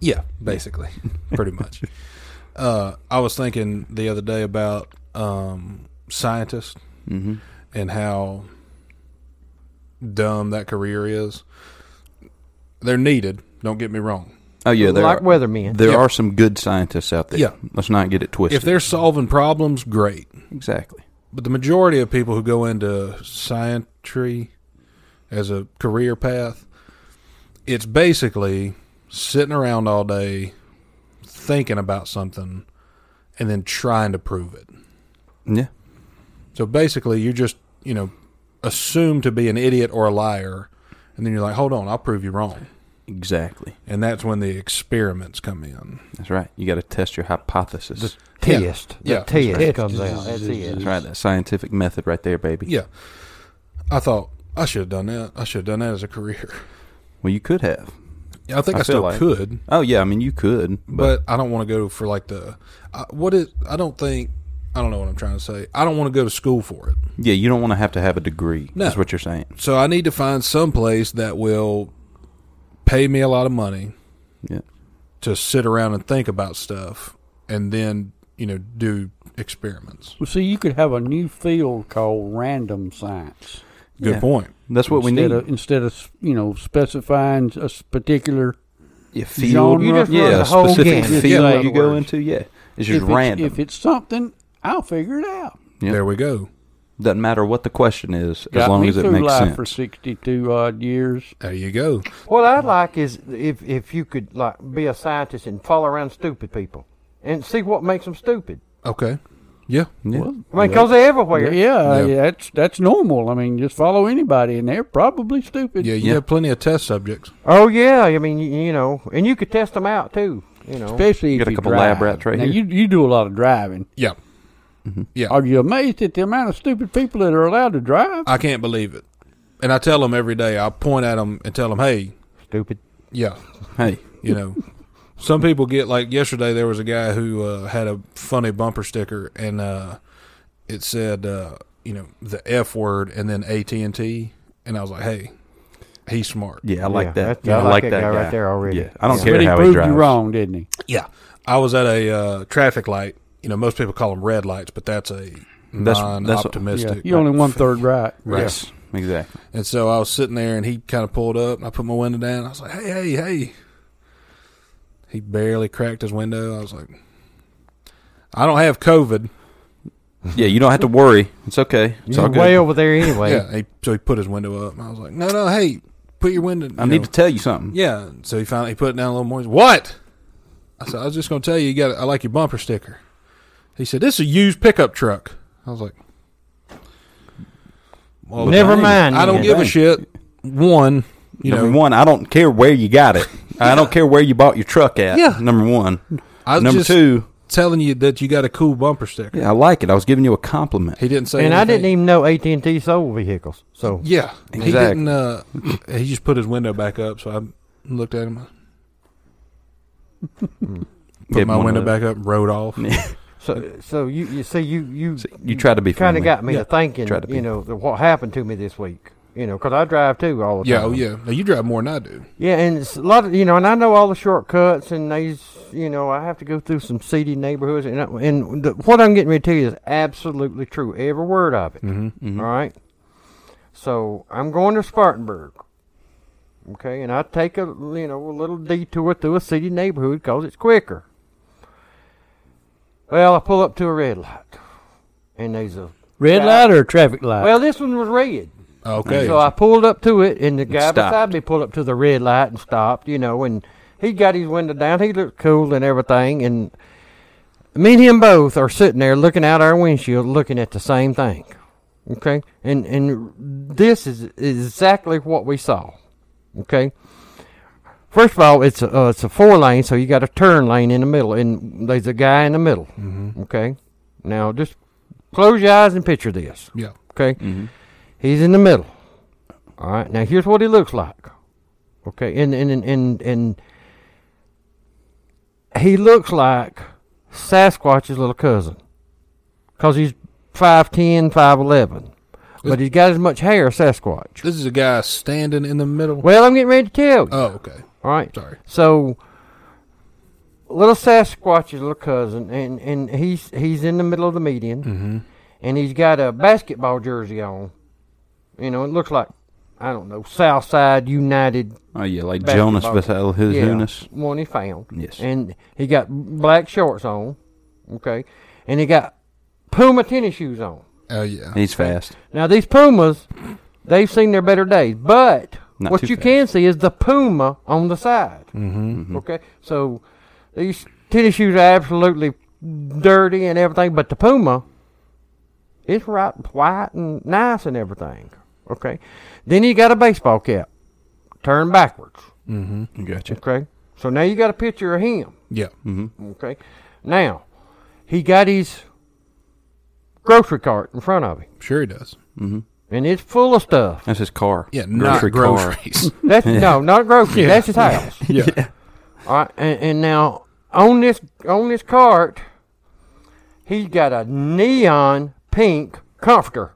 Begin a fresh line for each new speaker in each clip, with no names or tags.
Yeah, basically, pretty much. Uh, I was thinking the other day about um, scientists
Mm-hmm.
and how dumb that career is. They're needed. Don't get me wrong.
Oh yeah, there
like
are,
weathermen.
there
Yeah.
are some good scientists out there.
Yeah.
let's not get it twisted.
If they're solving problems, great.
exactly,
But the majority of people who go into scientry as a career path, it's basically sitting around all day thinking about something and then trying to prove it.
yeah,
So basically, you just, you know, assume to be an idiot or a liar. And then you're like, hold on, I'll prove you wrong.
exactly.
And that's when the experiments come in.
That's right. You got to test your hypothesis.
Yeah.
Test.
Yeah,
The test comes out. That's
That's
it.
right. That scientific method right there, baby.
Yeah. I thought, I should have done that. I should have done that as a career.
Well, you could have.
I think I,
I feel
still
like-
could.
Oh yeah, I mean you could,
but
but,
I don't want to go for like the I, what is. I don't think I don't know what I'm trying to say. I don't want to go to school for it,
yeah, you don't want to have to have a degree.
No.
That's what you're saying.
so I need to find some place that will pay me a lot of money
Yeah.
to sit around and think about stuff, and then you know do experiments.
Well, see, you could have a new field called random science.
Good
Yeah.
point.
That's what we
instead
need.
Of, instead of you know specifying a s- particular
yeah,
genre. You just
run
yeah,
the
a
whole
specific
gamut,
in other
field you go
words.
into. Yeah, it's just
if
random.
It's, if it's something, I'll figure it out.
Yeah.
There we go.
Doesn't matter what the question is, as
Got
long
me
as it
through
makes
life
sense.
for sixty-two odd years.
There you go.
What I'd like is if if you could like be a scientist and follow around stupid people and see what makes them stupid.
Okay. Yeah.
yeah.
I mean, 'cause they're everywhere.
Yeah,
Yeah.
yeah, that's that's normal. I mean, just follow anybody, and they're probably stupid.
Yeah. You
Yeah.
have plenty of test subjects.
Oh yeah, I mean you, you know, and you could test them out too. You know,
You
Especially if
got a
you
couple
drive.
lab rats right
now,
here.
You you do a lot of driving.
Yeah. Yeah.
Are you amazed at the amount of stupid people that are allowed to drive?
I can't believe it. And I tell them every day. I point at them and tell them, "Hey,
stupid.
yeah,
Hey,
you know some people get like yesterday there was a guy who uh, had a funny bumper sticker and uh, it said uh, you know the f word and then at&t and i was like hey he's smart
yeah, I like
Yeah,
that.
that's- I
I
like
like
that
that
guy right there already.
Yeah, I don't
Yeah.
care
but he
how
proved
drives.
you wrong, didn't he?
yeah i was at a uh, traffic light you know most people call them red lights but that's a
That's- that's-
non-optimistic
Yeah, you're only one third right.
Right.
Yes, exactly.
and so i was sitting there and he kind of pulled up and i put my window down i was like hey hey hey he barely cracked his window i was like i don't have covid
Yeah, you don't have to worry. It's okay. It's
You're
all good.
way over there anyway.
Yeah, he, so he put his window up, and I was like, "No, no, hey, put your window."
I
you
need
know.
to tell you something.
yeah, so he finally he put it down a little more. He's, what? I said, "I was just going to tell you, you got. I like your bumper sticker." He said, "This is a used pickup truck." I was like, "Well,
Never
dang.
mind.
I don't
then.
give a
Dang.
shit." One, you
Mm, number
know,
one, I don't care where you got it. I don't care where you bought your truck at.
Yeah.
Number one.
I was
number
just
two,
telling you that you got a cool bumper sticker.
yeah, I like it. I was giving you a compliment.
He didn't say,
And I
anything.
didn't even know AT and T sold vehicles. So
Yeah, he
Exactly.
didn't. Uh, he just put his window back up, so I looked at him. Put
Gave him
my
one
window
of
back up, and rode off.
so so you you see you you
See, you try to be
kind
friendly.
of got me
Yeah.
to thinking.
Tried to be.
You know the, what happened to me this week. You know, 'cause I drive too all the
Yeah,
time.
oh yeah. Now you drive more than I do.
Yeah, and it's a lot of you know, and I know all the shortcuts, and these, you know, I have to go through some seedy neighborhoods, and I, and the, what I'm getting ready to tell you is absolutely true, every word of it.
Mm-hmm.
Mhm.
all right, so I'm going to Spartanburg, okay, and I take a you know a little detour through a seedy neighborhood because it's quicker. Well, I pull up to a red light, and there's
Uh,
a
Red
Yeah.
light or traffic light?
well, this one was red.
Okay.
So I pulled up to it, and the guy
stopped.
beside me pulled up to the red light and stopped, you know, and he got his window down. He looked cool and everything. And me and him both are sitting there looking out our windshield, looking at the same thing. Okay? And and this is exactly what we saw. Okay? First of all, it's a, uh, it's a four lane, so you got a turn lane in the middle, and there's a guy in the middle.
Mhm.
Okay? Now just close your eyes and picture this.
Yeah.
Okay?
Mhm.
He's in the middle. All right. Now here's what he looks like. Okay. And and and and, and he looks like Sasquatch's little cousin because he's 5'10, 5'11. But he's got as much hair as Sasquatch.
This is a guy standing in the middle.
Well, I'm getting ready to tell you.
Oh, okay.
all right.
Sorry.
So, little Sasquatch's little cousin, and and he's he's in the middle of the median,
Mm-hmm.
and he's got a basketball jersey on. You know, it looks like I don't know Southside United
Oh yeah, like
Basketball.
Jonas Vassal his
yeah,
Hunas.
one he found.
Yes.
and he got black shorts on, okay, and he got Puma tennis shoes on.
Oh yeah.
He's fast.
Now these Pumas, they've seen their better days, but
Not
what
too
you
fast.
can see is the Puma on the side. Mm-hmm. Okay, so these tennis shoes are absolutely dirty and everything, but the Puma, it's right white and nice and everything. Okay, then you got a baseball cap, turned backwards.
Gotcha.
Okay, so now you got a picture of him.
Yeah.
Okay. Now, he got his grocery cart in front of him,
Sure he does.
and it's full of stuff.
That's his car.
Yeah, not
car.
groceries.
That's no, not grocery. That's his house.
yeah.
All right, and, and now on this on this cart, he's got a neon pink comforter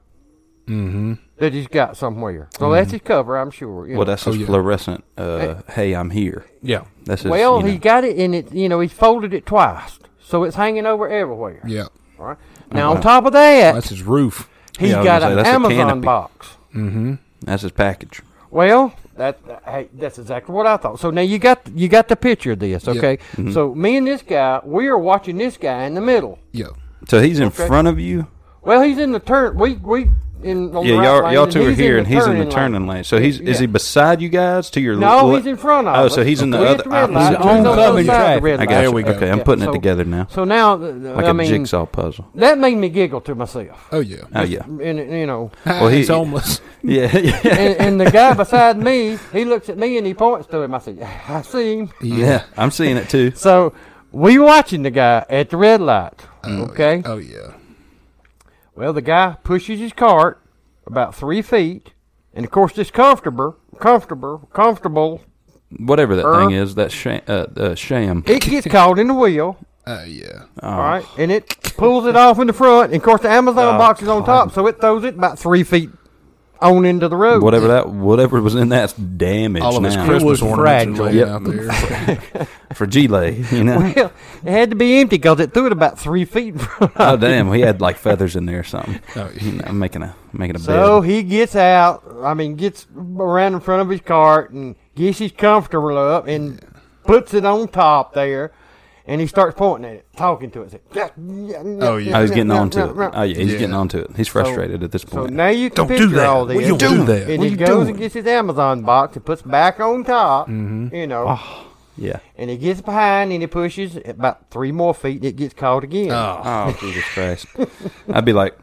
Mm-hmm.
that he's got somewhere. So that's his cover, I'm sure. you
Mm-hmm. Well,
know.
that's his
Oh, yeah.
fluorescent. Uh, hey, I'm here.
Yeah.
That's his.
well,
you know,
he got it, and it you know he folded it twice, so it's hanging over everywhere.
Yeah.
All right. Now on top of that,
That's his roof.
He's
Yeah, I was gonna
got
say,
an
that's a
Amazon
canopy.
box.
that's his package.
Well, that hey, that's exactly what I thought. So now you got you got the picture of this, okay?
Mm-hmm.
So me and this guy, we are watching this guy in the middle.
Yeah.
So he's in front of you.
Well, he's in the turn. We we in on the
Yeah,
right
y'all,
lane,
y'all
and
two are
he's
here, and he's in the
lane.
turning lane. So he's is
Yeah.
he beside you guys to your
No,
le-
he's in front of
Oh,
us.
so he's in the
We
other
hit red light,
opposite
he's on the
direction.
other
Oncoming
side of the
traffic.
red
I
light.
got
There
you.
we go.
Okay, I'm
Yeah,
putting
so-
it together now.
So now, uh,
Like
I
a
mean,
jigsaw puzzle.
that made me giggle to myself.
Oh yeah. Ah,
Oh yeah,
And you know,
well, he's
he-
homeless.
yeah, yeah,
and, and the guy beside me, he looks at me and he points to him. I said, "I see him."
yeah. I'm seeing it too.
So we watching the guy at the red light.
Mm.
okay.
Oh yeah.
Well, the guy pushes his cart about three feet, and of course, this comfortable, comfortable, comfortable,
Whatever that
Er.
thing is, that sham. Uh, uh, sham. Uh,
it gets caught in the wheel.
Oh yeah.
All right, and it pulls it off in the front. And of course, the Amazon
Oh,
box is on top, so it throws it about three feet on into the road.
Whatever that, whatever was in that's damaged
All of his
now
Christmas
It was
ornaments are
fragile.
laying
Yep.
out there.
for Gile. You know,
Well, it had to be empty because it threw it about three feet in front.
oh damn, he had like feathers in there or something.
Oh, yeah.
You know, I'm making a making a
So
bed.
he gets out. I mean, gets around in front of his cart and gets his comfortable up and puts it on top there. And he starts pointing at it, talking to it. Said,
Oh,
oh
yeah.
Oh, he's getting onto it. Oh yeah, he's
Yeah.
getting onto it. He's frustrated at this
So
point.
now you can
Don't do
picture
that.
all
What
this.
you doing? Do that.
And
What
he
you
goes
doing? Mm-hmm.
and gets his Amazon box and puts back on top. You know,
Ah.
yeah.
and he gets behind and he pushes about three more feet and it gets caught again.
Oh Jesus Christ! I'd be like,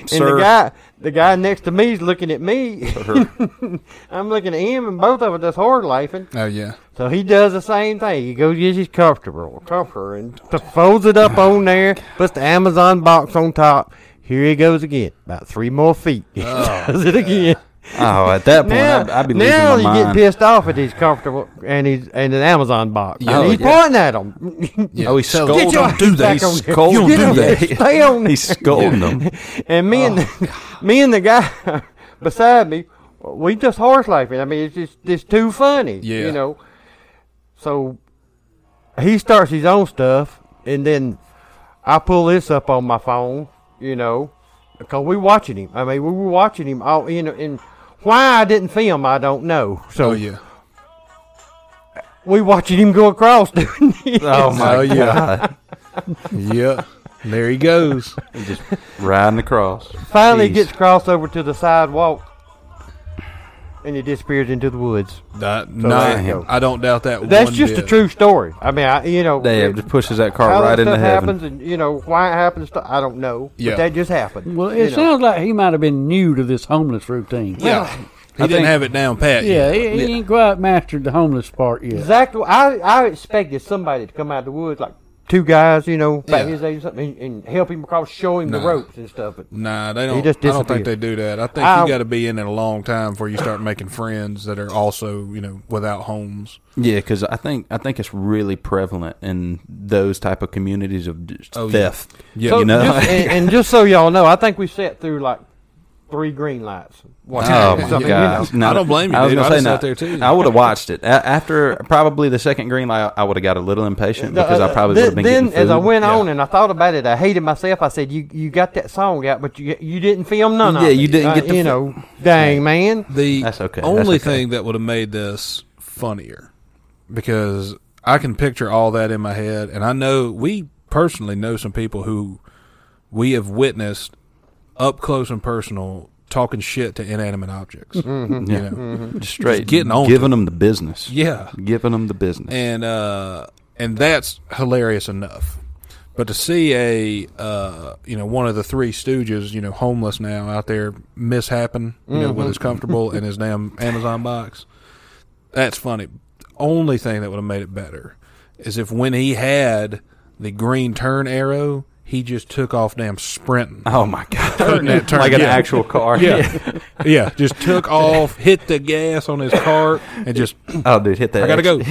and
sir.
the guy, the guy next to me is looking at me. I'm looking at him, and both of us just hard laughing.
Oh yeah.
So he does the same thing. He goes gets his comfortable comforter and t- folds it up on there, puts the Amazon box on top. Here he goes again, about three more feet. He does it again.
oh, at that point,
Now,
I'd, I'd be losing
now
my
you get
mind.
pissed off at his comfortable and his and an Amazon box.
Yeah.
and he's
Oh, yeah.
pointing at him.
Yeah.
Oh, he's
Tell-
scolding.
Don't do that.
back on
He's
there.
scolding.
Get
You don't
on
do
there.
that.
that.
Stay on there.
He's scolding them.
And me
Oh,
and me and the guy beside me, we just horse laughing. I mean, it's just it's too funny.
Yeah.
You know. So he starts his own stuff, and then I pull this up on my phone. You know, because we watching him. I mean, we were watching him all. You know, and why I didn't film, I don't know. So
Oh yeah.
we watching him go across doing this.
Oh my
Oh, yeah.
god!
Yeah. There he goes.
Riding across.
Finally,
Jeez.
gets crossed over to the sidewalk, and he disappears into the woods.
Not,
there you go.
not, I don't doubt that.
That's
one
just
bit.
a true story. I mean, I, you know,
Damn!
it-
Just pushes that car
how
right
that
into
stuff
heaven.
happens, and you know why it happens. stu- I don't know,
Yeah.
but that just happened.
Well,
you
it
know.
sounds like he might have been new to this homeless routine.
Yeah. He
I
didn't
think-
have it down pat.
Yeah,
yet.
he, he ain't quite mastered the homeless part yet.
exactly. I I expected somebody to come out of the woods like two guys, you know,
Yeah.
about his age or something, and, and help him across, show him the
Nah.
ropes and stuff. But
Nah, they don't.
just
I don't think
disappeared.
they do that. I think
I-
you got to be in it a long time before you start making friends that are also, you know, without homes.
Yeah, because I think I think it's really prevalent in those type of communities of just
Oh, yeah.
theft.
Yeah,
So
you know.
just- and, and just so y'all know, I think we sat through like three green lights. one
Oh
time.
my
So, you know,
god!
I don't blame you,
I was
dude.
gonna
I
say
just
no,
sat there, too.
I would have watched it A- after probably the second green light. I would have got a little impatient because I probably
uh,
would
Th-
have been
then
getting food.
as I went
Yeah.
on and I thought about it, I hated myself. I said, "You you got that song out, but you you didn't film none of
Yeah,
it.
you didn't
Uh,
get to
you
fi-
know, dang man,
The
That's okay. That's
only
okay.
thing that would have made this funnier because I can picture all that in my head, and I know we personally know some people who we have witnessed up close and personal talking shit to inanimate objects.
Mm-hmm.
You know?
Mm-hmm.
Just straight
getting on
giving them the business.
Yeah,
giving them the business.
and uh, and that's hilarious enough. But to see a uh, you know one of the three Stooges, you know, homeless now out there mishappen, you know, with his comfortable and his damn Amazon box, that's funny. Only thing that would have made it better is if when he had the green turn arrow, he just took off damn sprinting.
oh my god!
Turn that turn,
like an
yeah.
actual car.
Yeah, yeah, just took off, hit the gas on his cart, and just
oh, dude, hit that.
I gotta go.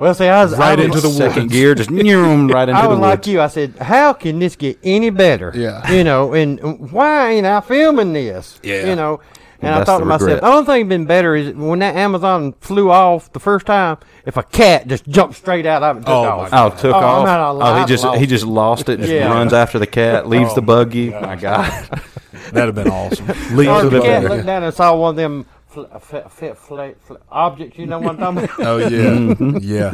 Well, see, I was I
Right
was-
into the woods.
second gear, just vroom, right into
I
the
was like
woods.
you. I said, "How can this get any better?"
Yeah.
you know, and why ain't I filming this?
Yeah.
you know. And I
That's
thought
the
to myself,
regret.
the only thing been better is when that Amazon flew off the first time. If a cat just jumped straight out of it, and took
Oh, my
off.
God.
Oh, took
Oh, I'm
off.
not alive,
oh, he just
lost
he just lost it. Just
Yeah. Oh,
runs after the cat, leaves the buggy. My God,
That'd have been awesome.
Or
Leaves the
if the cat
buggy.
looked down and saw one of them fl- fl- fl- fl- fl- objects, you know what I'm talking about?
Oh yeah,
Mm-hmm.
yeah.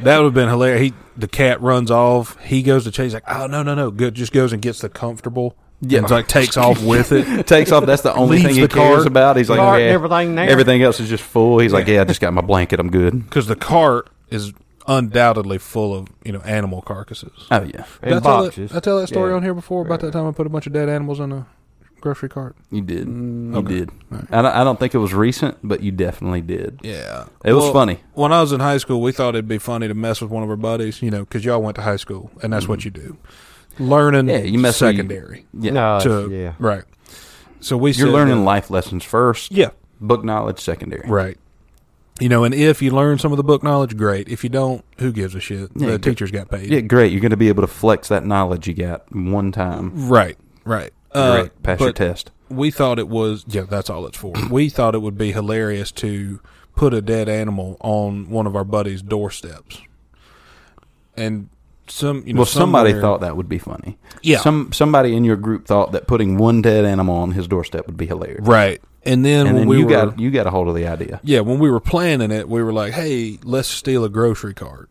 That would have been hilarious. He, the cat runs off. He goes to chase. Like, oh no, no, no. Good. Just goes and gets the comfortable.
Yeah.
Yeah, like takes off with it.
takes off. That's the only
Leaves
thing he
the
cares
cart.
about. He's like,
Cart and
yeah.
everything there.
Everything else is just full. He's like, yeah, I just got my blanket. I'm good.
Because the cart is undoubtedly full of you know animal carcasses.
Oh yeah,
Did I
In
tell that-
boxes.
I tell that story
Yeah.
on here before about that time I put a bunch of dead animals in a grocery cart.
you did. You did. Mm, I, don't, I don't think it was recent, but you definitely did.
Yeah,
It was funny.
When I was in high school, we thought it'd be funny to mess with one of our buddies. You know, because y'all went to high school, and that's what you do. Learning,
Mm-hmm. Yeah, you mess with-
secondary.
Yeah,
No,
to
yeah.
right. So we
you're
said
learning
that-
life lessons first.
Yeah,
book knowledge secondary.
Right. You know, and if you learn some of the book knowledge, great. If you don't, who gives a shit?
Yeah,
the
good.
teachers got paid.
Yeah, great. You're going to be able to flex that knowledge you got one time.
Right. Right. Uh,
Great, pass
but
your test.
We thought it was yeah. That's all it's for. we thought it would be hilarious to put a dead animal on one of our buddies' doorsteps, and some you know
Well, somebody
somewhere-
thought that would be funny.
Yeah.
Some somebody in your group thought that putting one dead animal on his doorstep would be hilarious.
right, and then
And
when
then
we
you
were
got you got a hold of the idea.
yeah when we were planning it, we were like, hey, let's steal a grocery cart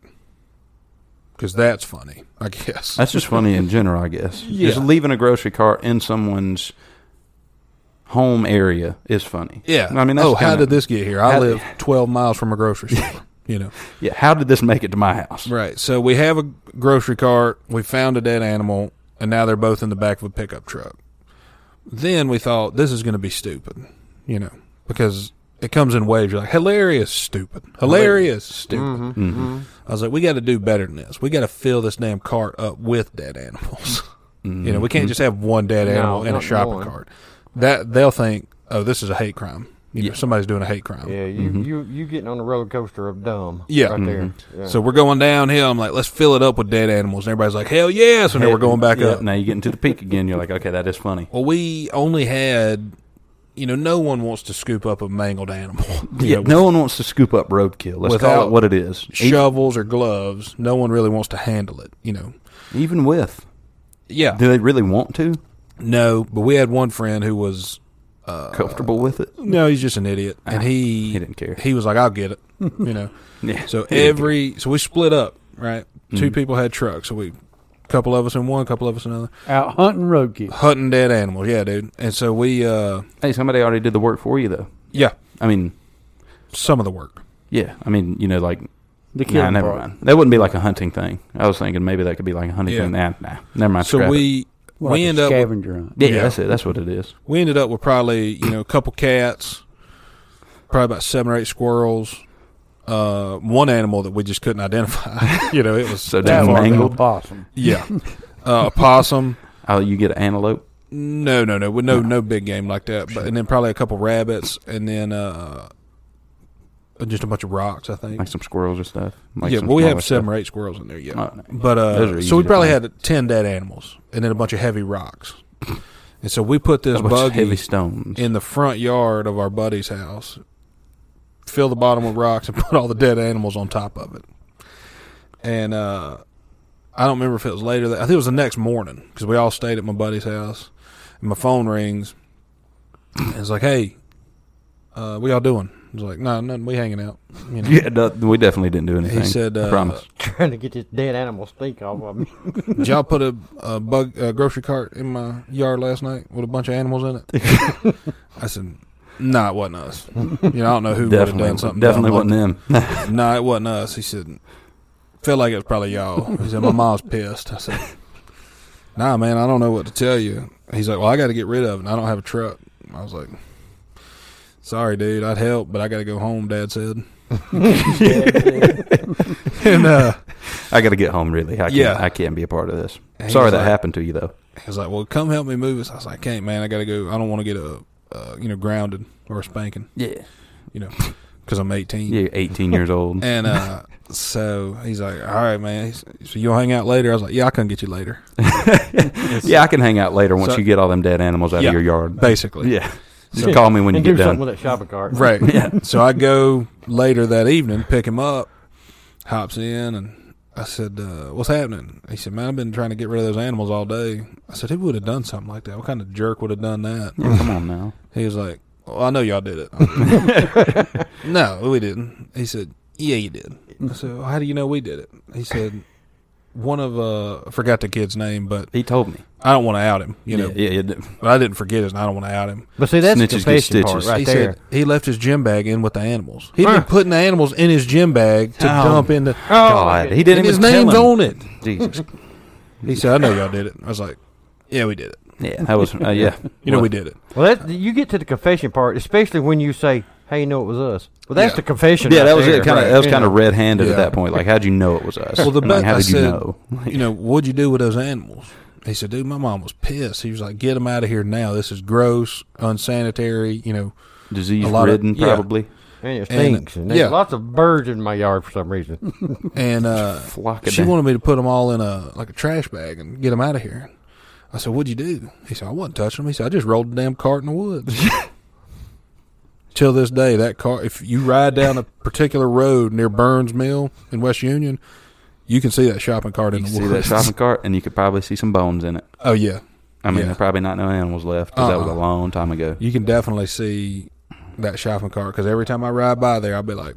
because that's funny, I guess.
That's just funny in general, I guess.
Yeah.
Just leaving a grocery cart in someone's home area is funny.
Yeah.
I mean, that's
oh, how
kinda-
did this get here? I
how-
live 12 miles from a grocery store. you know,
Yeah, how did this make it to my house?
right. So we have a grocery cart. We found a dead animal, and now they're both in the back of a pickup truck. Then we thought this is going to be stupid, you know, because it comes in waves. You're like hilarious, stupid, hilarious,
Mm-hmm.
stupid. I was like, we got to do better than this. We got to fill this damn cart up with dead animals. You know, we can't just have one dead
Mm-hmm. No,
animal in a
not
shopping
one.
cart. That they'll think, oh, this is a hate crime. You know,
Yeah.
somebody's doing a hate crime.
Yeah, you,
Mm-hmm.
you you getting on a roller coaster of dumb.
Yeah.
right there. Yeah.
So we're going downhill. I'm like, let's fill it up with dead animals. And everybody's like, hell yeah. So now we're going back
Yeah,
up.
Now you're getting to the peak again. You're like, okay, that is funny.
Well, we only had, you know, no one wants to scoop up a mangled animal. You
Yeah,
know,
no one wants to scoop up roadkill. Let's call
Without
it what it is. E-
Shovels or gloves. No one really wants to handle it, you know.
Even with,
Yeah.
do they really want to?
No, but we had one friend who was, Uh,
Comfortable with it?
no, he's just an idiot. And he,
Ah, he didn't care.
He was like, I'll get it, you know.
Yeah.
So every, so we split up, right? Two
Mm-hmm.
people had trucks. So we, couple of us in one, couple of us in another.
Out hunting roadkill.
Hunting dead animals. Yeah, dude. And so we, uh,
hey, somebody already did the work for you though.
yeah.
I mean,
some of the work.
yeah. I mean, you know, like
The
Nah,
killing
never
part.
mind. That wouldn't be like a hunting thing. I was thinking maybe that could be like a hunting
Yeah.
thing. Nah, nah. Never mind.
So
scrap it.
we
More
we
like a
end up with,
scavenger hunt.
Yeah,
Yeah.
that's it. That's what it is.
we ended up with probably you know a couple cats, probably about seven or eight squirrels, uh, one animal that we just couldn't identify. you know, it was
So
too
damn
far down.
mangled.
Awesome.
Yeah, uh, opossum.
Oh, you get an antelope.
No, no, no, with no, no big game like that. But and then probably a couple rabbits, and then uh, just a bunch of rocks. I think.
like some squirrels or stuff. Like
yeah,
some
well, we
smaller
have
stuff.
seven or eight squirrels in there. Yeah,
Oh, no.
but
Those are
uh,
easy
so we
to
probably
find.
had ten dead animals, and then a bunch of heavy rocks. And so we put this
A bunch of
buggy
heavy stones.
in the front yard of our buddy's house, fill the bottom with rocks, and put all the dead animals on top of it. And uh, I don't remember if it was later. That, I think it was the next morning because we all stayed at my buddy's house. And my phone rings. And it's like, "Hey, uh, what y'all doing?" I was like, "No, nothing. We hanging out." You know.
yeah, no, we definitely didn't do anything.
said,
I
uh,
promise.
Trying to get this dead animal stink off of me.
Did y'all put a, a bug a grocery cart in my yard last night with a bunch of animals in it? I said, "Nah, it wasn't us. You know, I don't know who would have
Definitely,
done something.
definitely
dumb like
wasn't them.
that. Nah, it wasn't us." He said, "Felt like it was probably y'all." He said, "My mom's pissed." I said, "Nah, man, I don't know what to tell you." He's like, "Well, I got to get rid of it. and I don't have a truck." I was like, "Sorry, dude. I'd help, but I got to go home." Dad said, and uh,
I got to get home. Really, I can't,
Yeah.
I can't be a part of this.
And he
Sorry
was
that
like-
happened to you, though.
He was like, "Well, come help me move this." I was like, I "Can't, man. I gotta go. I don't want to get a, uh, you know, grounded or a spanking,
Yeah,
you know, because I'm 18."
you're 18 years old.
And uh, so he's like, "All right, man. He's- So you'll hang out later?" I was like, "Yeah, I can get you later."
yeah, I can hang out later once
So-
you get all them dead animals out
Yeah.
of your yard.
Basically,
Yeah,
So-
just call me when you
and do
get
something
done.
with that shopping cart.
right. So I go later that evening, pick him up, hops in, and I said, uh, "What's happening?" He said, "Man, I've been trying to get rid of those animals all day." I said, "Who would have done something like that? What kind of jerk would have done that?"
Yeah, come on now.
He was like, "Well, I know y'all did it." no, we didn't. He said, "Yeah, you did." I said, well, "How do you know we did it?" He said, "One of uh, I forgot the kid's name, but
He told me.
I don't want to out him. You know,
yeah, yeah, yeah.
but I didn't forget his, and I don't want to out him."
But see, that's the
Snitches get
confession part
stitches.
right
he
there.
said he left his gym bag in with the animals. He'd
Huh.
been putting the animals in his gym bag to
Oh.
dump in the.
oh,
God, he
And
didn't even
his
tell
name's
him.
on it.
Jesus.
He said, "I know y'all did it." I was like, "Yeah, we did it.
Yeah, that was. Uh, yeah,
You know, we did it."
Well, that, you get to the confession part, especially when you say, "Hey, you know it was us." Well, that's
Yeah.
the confession.
Yeah,
right
that was
there.
it. Kind of that was
You
kind
know.
of red-handed
Yeah.
at that point. Like, how'd you know it was us?
Well, the
And, like,
best
how
I
did you
said-
know?
you know, what'd you do with those animals? He said, dude, my mom was pissed. He was like, get them out of here now. This is gross, unsanitary, you know. lot of-
Disease-ridden,
yeah.
probably.
And it
and-
stinks. And, there's
yeah.
lots of birds in my yard for some reason.
And uh,
Flock of
she
them.
wanted me to put them all in a like a trash bag and get them out of here. I said, what'd you do? He said, I wasn't touching them. He said, I just rolled the damn cart in the woods. Till this day, that car, if you ride down a particular road near Burns Mill in West Union, you can see that shopping cart in
You
the
see that
woods.
shopping cart, and you could probably see some bones in it.
oh, yeah.
I mean,
Yeah.
there's probably not no animals left because that was a
Uh-uh.
long time ago.
You can definitely see that shopping cart because every time I ride by there, I'll be like,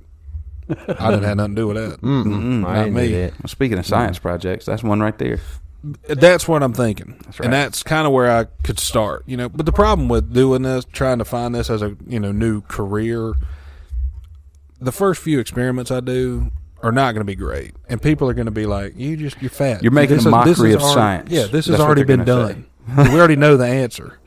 I didn't have nothing to do with that.
Mm.
Mm-mm,
not
I didn't
me.
do that.
Mm-hmm. Well, speaking of science projects, that's one right there.
That's what I'm thinking,
That's right.
and that's kind of where I could start. You know, but the problem with doing this, trying to find this as a you know new career, the first few experiments I do are not going to be great, and people are going to be like, "You just you're fat.
You're making
This
a
is- this
mockery
is
of
already-
science.
Yeah, this has
That's what
already
they're
been
gonna
done. we already know the answer.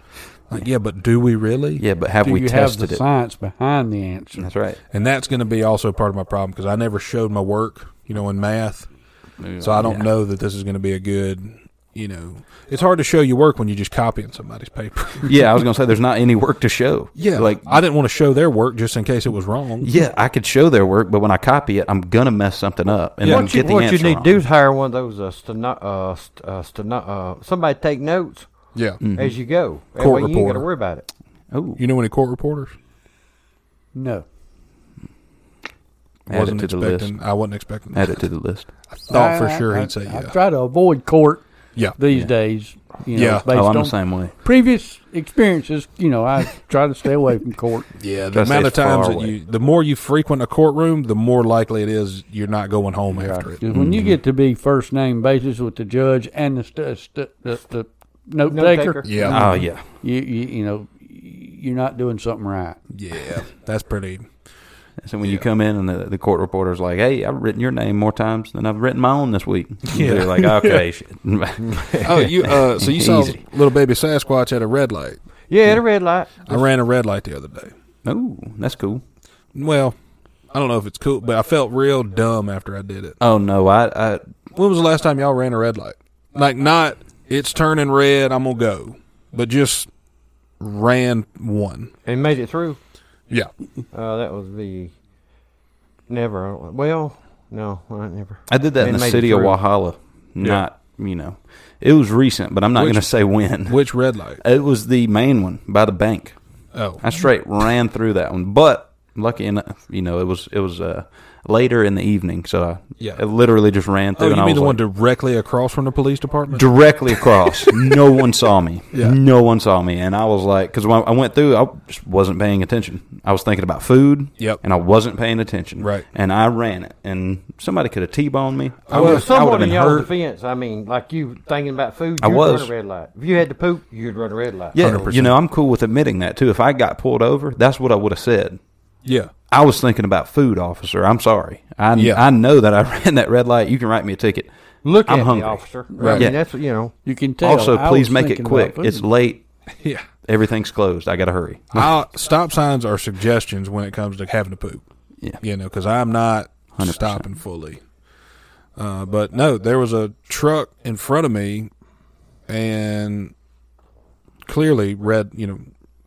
Like, yeah, but do we really?
Yeah, but have
Do
we
you have the
tested it?
science behind the answer?
That's right.
and that's going to be also part of my problem because I never showed my work, you know, in math. So I don't
Yeah.
know that this is going to be a good, you know, it's hard to show your work when you're just copying somebody's paper.
Yeah, I was gonna say there's not any work to show. like
like I didn't want to show their work just in case it was wrong.
yeah, I could show their work, but when I copy it, I'm gonna mess something up and
Yeah.
then
What
You-
get the
what
answer
you need
wrong.
to do is hire one of those uh, steno- uh, st- uh, steno- uh, somebody take notes
Yeah.
Mm.
Mm-hmm.
as you go. That
Court
way you ain't got to
reporter.
worry about it.
Oh,
You know any court reporters?
No.
add it to the list.
expecting. I wasn't expecting.
Add
That.
it to the list.
I thought Oh, for
I-
sure
I-
he'd say
I
yeah.
try to avoid court
Yeah.
these days. You know,
Yeah.
based
oh, I'm the
on
same way.
previous experiences. You know, I try to stay away from court.
Yeah, the amount
Trust me,
of
it's far
times that
away.
you, the more you frequent a courtroom, the more likely it is you're not going home after it.
Because when
Mm-hmm.
you get to be first name basis with the judge and the stu stu the, the note
Note taker.
taker,
Yeah,
Oh yeah,
you, you you know you're not doing something right.
yeah, that's pretty.
So when you come in and the, the court reporter's like, "Hey, I've written your name more times than I've written my own this week,"
Yeah.
they're like, "Okay, shit."
Oh, you. Uh, so you saw
Easy.
little baby Sasquatch at a red light.
Yeah, at a red light.
I ran a red light the other day.
oh, that's cool.
Well, I don't know if it's cool, but I felt real dumb after I did it.
Oh no, I, I
When was the last time y'all ran a red light? Like not it's turning red, I'm gonna go, but just ran one.
and made it through.
Yeah,
Uh, that was the never. Well, no, I never.
I did that in
And
the
made it
city of
through.
Wahala. Not you know, it was recent, but I'm not
Which-
going to say when.
which red light?
It was the main one by the bank.
Oh,
I straight ran through that one, but lucky enough, you know, it was it was uh, later in the evening, so I,
Yeah.
I literally just ran through.
oh, you
and I
mean
was
the
like,
one directly across from the police department?
directly across. no one saw me.
Yeah.
No one saw me, and I was like, because when I went through, I just wasn't paying attention. I was thinking about food.
Yep.
And I wasn't paying attention.
Right.
And I ran it, and somebody could have t-boned me. I would've- I
well,
would've
somewhat in
been
y'all
hurt.
defense. I mean, like you thinking about food,
I
you'd run
was.
a red light. If you had to poop, you'd run a red light.
Yeah.
100%.
You know, I'm cool with admitting that too. If I got pulled over, that's what I would have said.
yeah,
I was thinking about food, officer. I'm sorry. I
Yeah.
I know that I ran that red light. You can write me a ticket.
Look
I'm
at
hungry.
the officer. I
Right.
mean,
Yeah.
that's you know.
You can tell.
also,
I
please
was
make it
thinking
quick.
about
It's
food.
late.
yeah.
Everything's closed. I got to hurry.
i stop signs are suggestions when it comes to having to poop.
Yeah.
You know, because I'm not
100%.
stopping fully. Uh, but no, there was a truck in front of me, and clearly red. You know,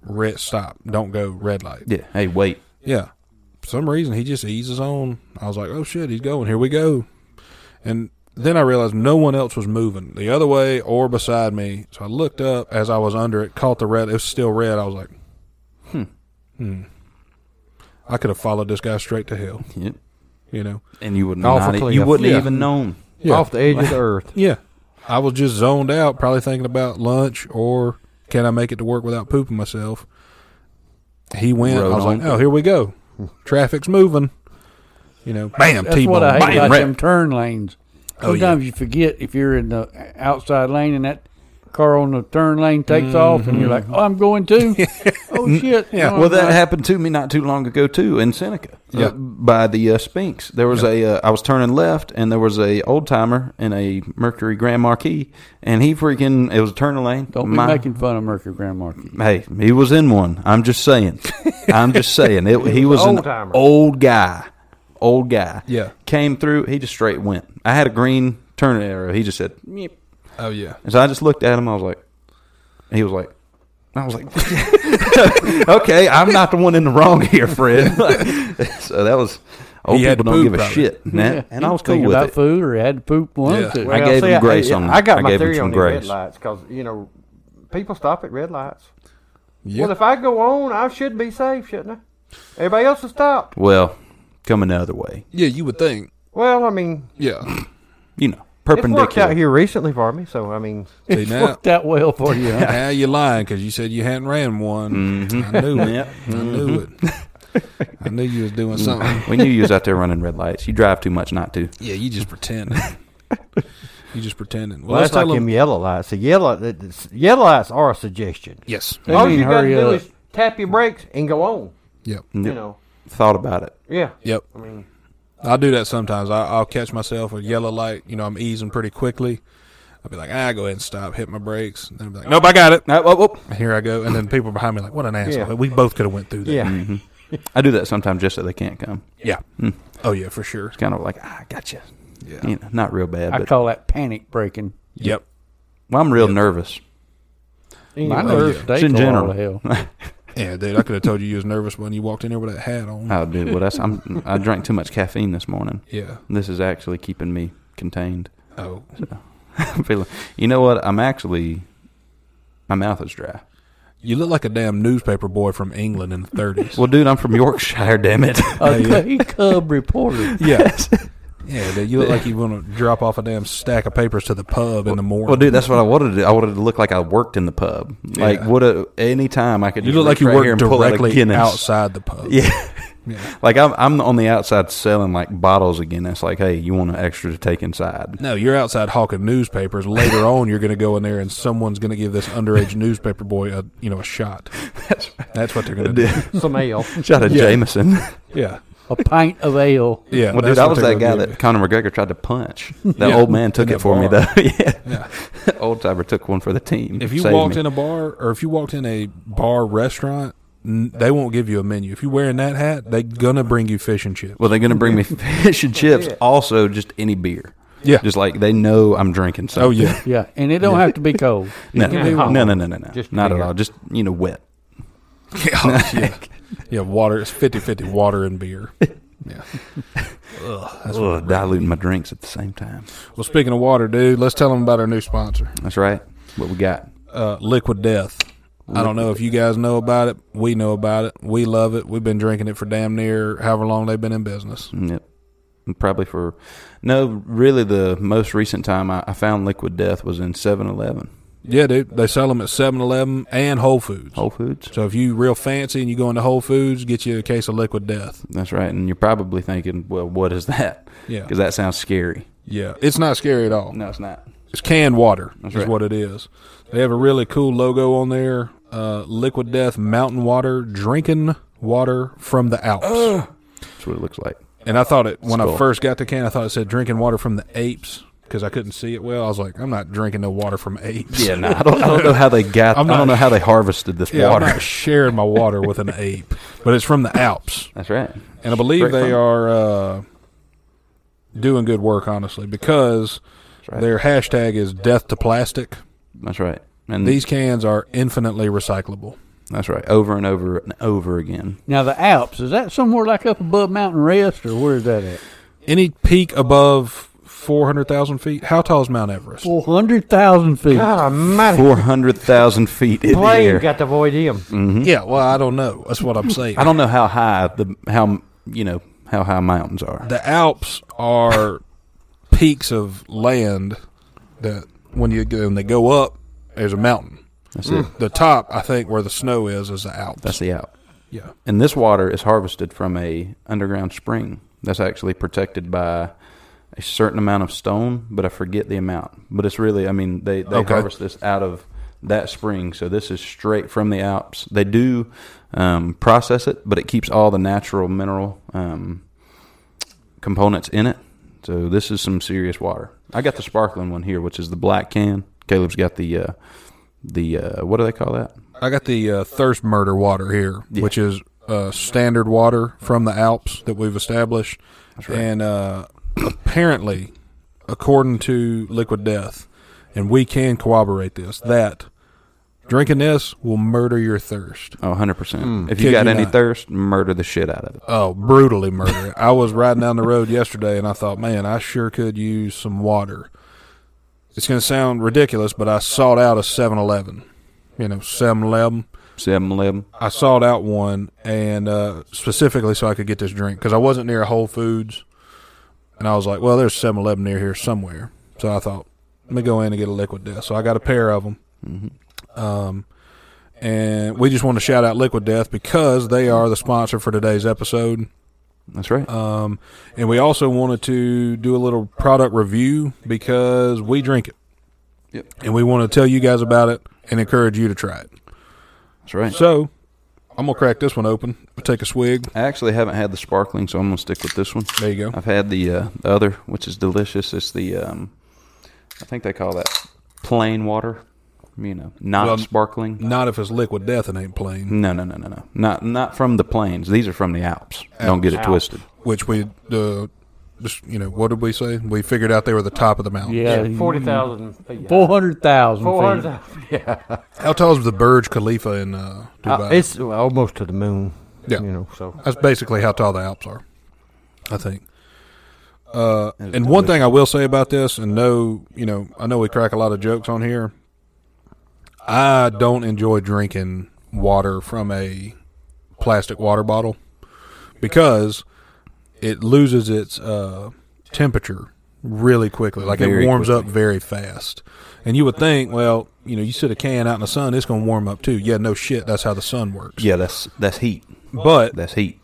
red stop. Don't go red light.
Yeah. Hey, wait.
Yeah. For some reason, he just eases on. I was like, oh shit, he's going. Here we go. And then I realized no one else was moving the other way or beside me. So I looked up as I was under it, caught the red. It was still red. I was like, hmm. Hmm. I could have followed this guy straight to hell,
Yep.
you know?
and you would
All
not,
for
e-
cleanup.
you wouldn't
Yeah.
even known.
Yeah.
Off the edge of the earth.
Yeah. I was just zoned out, probably thinking about lunch or can I make it to work without pooping myself. He went.
Rode
I was
on.
like, oh, here we go. Traffic's moving. You know, bam,
That's what
T-bone,
I hate
bam,
about
wreck.
them turn lanes.
Oh, yeah.
Sometimes you forget if you're in the outside lane and that car on the turn lane takes
Mm-hmm.
off, and you're like, "Oh, I'm going too." oh shit!
Yeah.
No,
Well,
I'm
that
not.
happened to me not too long ago too in Seneca.
Yeah.
uh, by the uh, Sphinx, there was a. Uh, I was turning left, and there was a old timer in a Mercury Grand Marquis, and he freaking it was a turning lane.
Don't be
My-
making fun of Mercury Grand Marquis.
Hey, he was in one. I'm just saying. I'm just saying. It, he was an
Old-timer.
old guy. Old guy.
Yeah.
Came through. He just straight went. I had a green turning arrow. He just said, "Meep."
Oh yeah,
And so I just looked at him. I was like, he was like, I was like, okay, I'm not the one in the wrong here, Fred. so that was, old
He had to
people don't
poop
give a
probably.
shit. And that-
Yeah,
and
he
I was cool
thinking
with
about
it.
food, or he had to poop once.
Yeah.
or-
I gave him
I-
grace
I,
on-
I got
I
my
gave him
theory
some
on the
grace.
red lights because you know people stop at red lights.
yeah.
Well, if I go on, I should be safe, shouldn't I? Everybody else is stopped.
Well, coming the other way,
yeah. You would think,
Well, I mean,
yeah.
you know,
it's worked out
perpendicular.
here recently for me, so I mean,
See now,
Worked out well for you. Huh?
now you're lying because you said you hadn't ran one.
Mm-hmm.
I knew it.
Yep.
I knew it. I knew you was doing something.
we knew you was out there running red lights. You drive too much not to.
Yeah, you just pretending. you just pretending. Well,
well,
let's
that's
tell
like
them.
them yellow lights. The yellow, it's- yellow lights are a suggestion.
Yes.
They
All
mean
you got to
hurry
do
up.
is tap your brakes and go on.
Yep.
You
Yep.
know,
Thought about it.
yeah.
Yep.
I mean,
I do that sometimes. I, I'll catch myself with yellow light. You know, I'm easing pretty quickly. I'll be like, ah, go ahead and stop, hit my brakes. And then I'll be like, nope, I got it.
Uh, whoop, whoop.
Here I go. And then people behind me are like, what an asshole.
Yeah.
We both could have went through that.
yeah.
I do that sometimes just so they can't come.
Yeah.
Hmm.
Oh, yeah, for sure.
It's kind of like, ah, I got you.
Yeah.
You know, not real bad,
I
but
call that panic breaking.
Yep.
well, I'm real nervous.
My
Anyway,
nerves
yeah.
stay
It's in
to all
general.
the hell.
Yeah, dude, I could have told you you was nervous when you walked in there with that hat on.
Oh, dude, well, that's I'm, I drank too much caffeine this morning.
Yeah.
This is actually keeping me contained.
Oh,
I'm feeling. You know what? I'm actually. My mouth is dry.
you look like a damn newspaper boy from England in the thirties.
Well, dude, I'm from Yorkshire. Damn it.
A gay cub reporter.
yeah, yeah, dude, you look like you want to drop off a damn stack of papers to the pub in the morning.
Well, dude, that's what I wanted to do. I wanted to look like I worked in the pub. Like,
Yeah.
what a any time I could.
you
just
look like
reach
you
right
work
here and pull out a
directly
Guinness.
outside the pub.
Yeah.
Yeah.
Like I'm, I'm on the outside selling like bottles again. That's like, hey, you want an extra to take inside?
No, you're outside hawking newspapers. Later on, you're going to go in there, and someone's going to give this underage newspaper boy a you know a shot.
That's
That's what they're going to do.
some ale.
Shot of Jameson.
Yeah,
A pint of ale.
yeah.
well,
that's
dude, I
what
was
they're
that guy
gonna do.
that Conor McGregor tried to punch. That
Yeah.
old man took
In
it
the
for me
bar.
though. yeah,
Yeah.
old timer took one for the team.
If you
Saved
walked
me.
in a bar, or if you walked in a bar restaurant, n- they won't give you a menu. If you're wearing that hat, they're gonna bring you fish and chips.
Well, they're going to bring me fish and chips. Also, just any beer.
Yeah.
Just like they know I'm drinking something.
oh yeah,
Yeah, and it don't have to be cold.
No,
can be hot.
no, no, no, no, no.
Just
Not at
beer.
all. Just, you know, wet.
yeah, oh, yeah. Yeah, Water. It's 50-50 water and beer. Yeah.
Ugh, diluting my drinks at the same time.
Well, speaking of water, dude, let's tell them about our new sponsor.
That's right. What we got.
uh, Liquid Death. I don't know if you guys know about it. We know about it. We love it. We've been drinking it for damn near however long they've been in business.
Mm, Yep. Probably for no, really the most recent time I, I found liquid death was in 7-Eleven,
Yeah, dude. They sell them at 7 Eleven and Whole Foods.
Whole Foods.
So if you real fancy and you go into Whole Foods, get you a case of Liquid Death.
That's right. And you're probably thinking, well, what is that?
Yeah.
Because that sounds scary.
Yeah. It's not scary at all.
No, it's not.
It's canned water, is
right.
what it is. They have a really cool logo on there uh, Liquid Death Mountain Water, drinking water from the Alps.
That's what it looks like.
And I thought it when I
Skull.
first got the can, I thought it said drinking water from the apes because I couldn't see it well. I was like, I'm not drinking no water from apes.
Yeah, no, I don't, I don't know how they got.
I'm
I don't
not-
know how they harvested this
Yeah,
water.
I'm not sharing my water with an ape, but it's from the Alps,
That's right.
and I believe
Straight
they
from-
are uh, doing good work, honestly, because
right.
their hashtag is death to plastic.
That's right. And
These cans are infinitely recyclable.
That's right. Over and over and over again.
Now the Alps is that somewhere like up above Mountain Rest or where is that at?
Any peak above four hundred thousand feet, how tall is Mount Everest?
Four hundred thousand feet.
God almighty.
Four hundred thousand feet in the
Plane
air.
got to avoid him.
Mm-hmm.
Yeah, well, I don't know. That's what I'm saying.
I don't know how high the how you know how high mountains are.
the Alps are peaks of land that when you get when they go up, there's a mountain.
That's it.
The top, I think, where the snow is, is the Alps.
That's the out.
yeah,
And this water is harvested from a underground spring that's actually protected by a certain amount of stone, but I forget the amount. But it's really, I mean, they they
Okay.
harvest this out of that spring, so this is straight from the Alps. They do um, process it, but it keeps all the natural mineral um, components in it. So this is some serious water. I got the sparkling one here, which is the black can. Caleb's got the uh, the uh, what do they call that?
I got the uh, thirst murder water here, which is uh, standard water from the Alps that we've established, and uh, apparently, according to Liquid Death, and we can corroborate this that. Drinking this will murder your thirst.
Oh, 100%. If
Kid
you got
you
any
not.
thirst, murder the shit out of it.
Oh, brutally murder it. I was riding down the road yesterday and I thought, man, I sure could use some water. It's going to sound ridiculous, but I sought out a 7 Eleven. You know, 7 Eleven.
7 Eleven.
I sought out one and uh, specifically so I could get this drink because I wasn't near a Whole Foods. And I was like, well, there's 7 Eleven near here somewhere. So I thought, let me go in and get a liquid death. So I got a pair of them. Um, and we just want to shout out Liquid Death because they are the sponsor for today's episode.
That's right.
Um, and we also wanted to do a little product review because we drink it.
Yep.
And we want to tell you guys about it and encourage you to try it.
That's right.
So I'm going to crack this one open. I'll take a swig.
I actually haven't had the sparkling, so I'm going to stick with this one.
There you go.
I've had the, uh, the other, which is delicious. It's the, um, I think they call that plain water, you know, not
Well,
sparkling.
Not if it's liquid death and ain't plain,
No, no, no, no, no. Not not from the plains. These are from the Alps. Don't get it
Alps.
twisted.
which we, uh, just, you know, what did we say? We figured out they were the top of the mountain.
Yeah,
Forty thousand.
Four hundred thousand.
Four hundred. Yeah.
How tall is the Burj Khalifa in uh,
Uh,
Dubai?
it's almost to the moon.
Yeah.
You know. So
That's basically how tall the Alps are, I think. Uh, and one thing I will say about this, and no, you know, I know we crack a lot of jokes on here. I don't enjoy drinking water from a plastic water bottle because it loses its uh, temperature really quickly. Like
Very
it warms up very fast. And you would think, well, you know, you sit a can out in the sun, it's going to warm up too. Yeah, no shit. That's how the sun works.
Yeah, that's that's heat.
But
That's heat.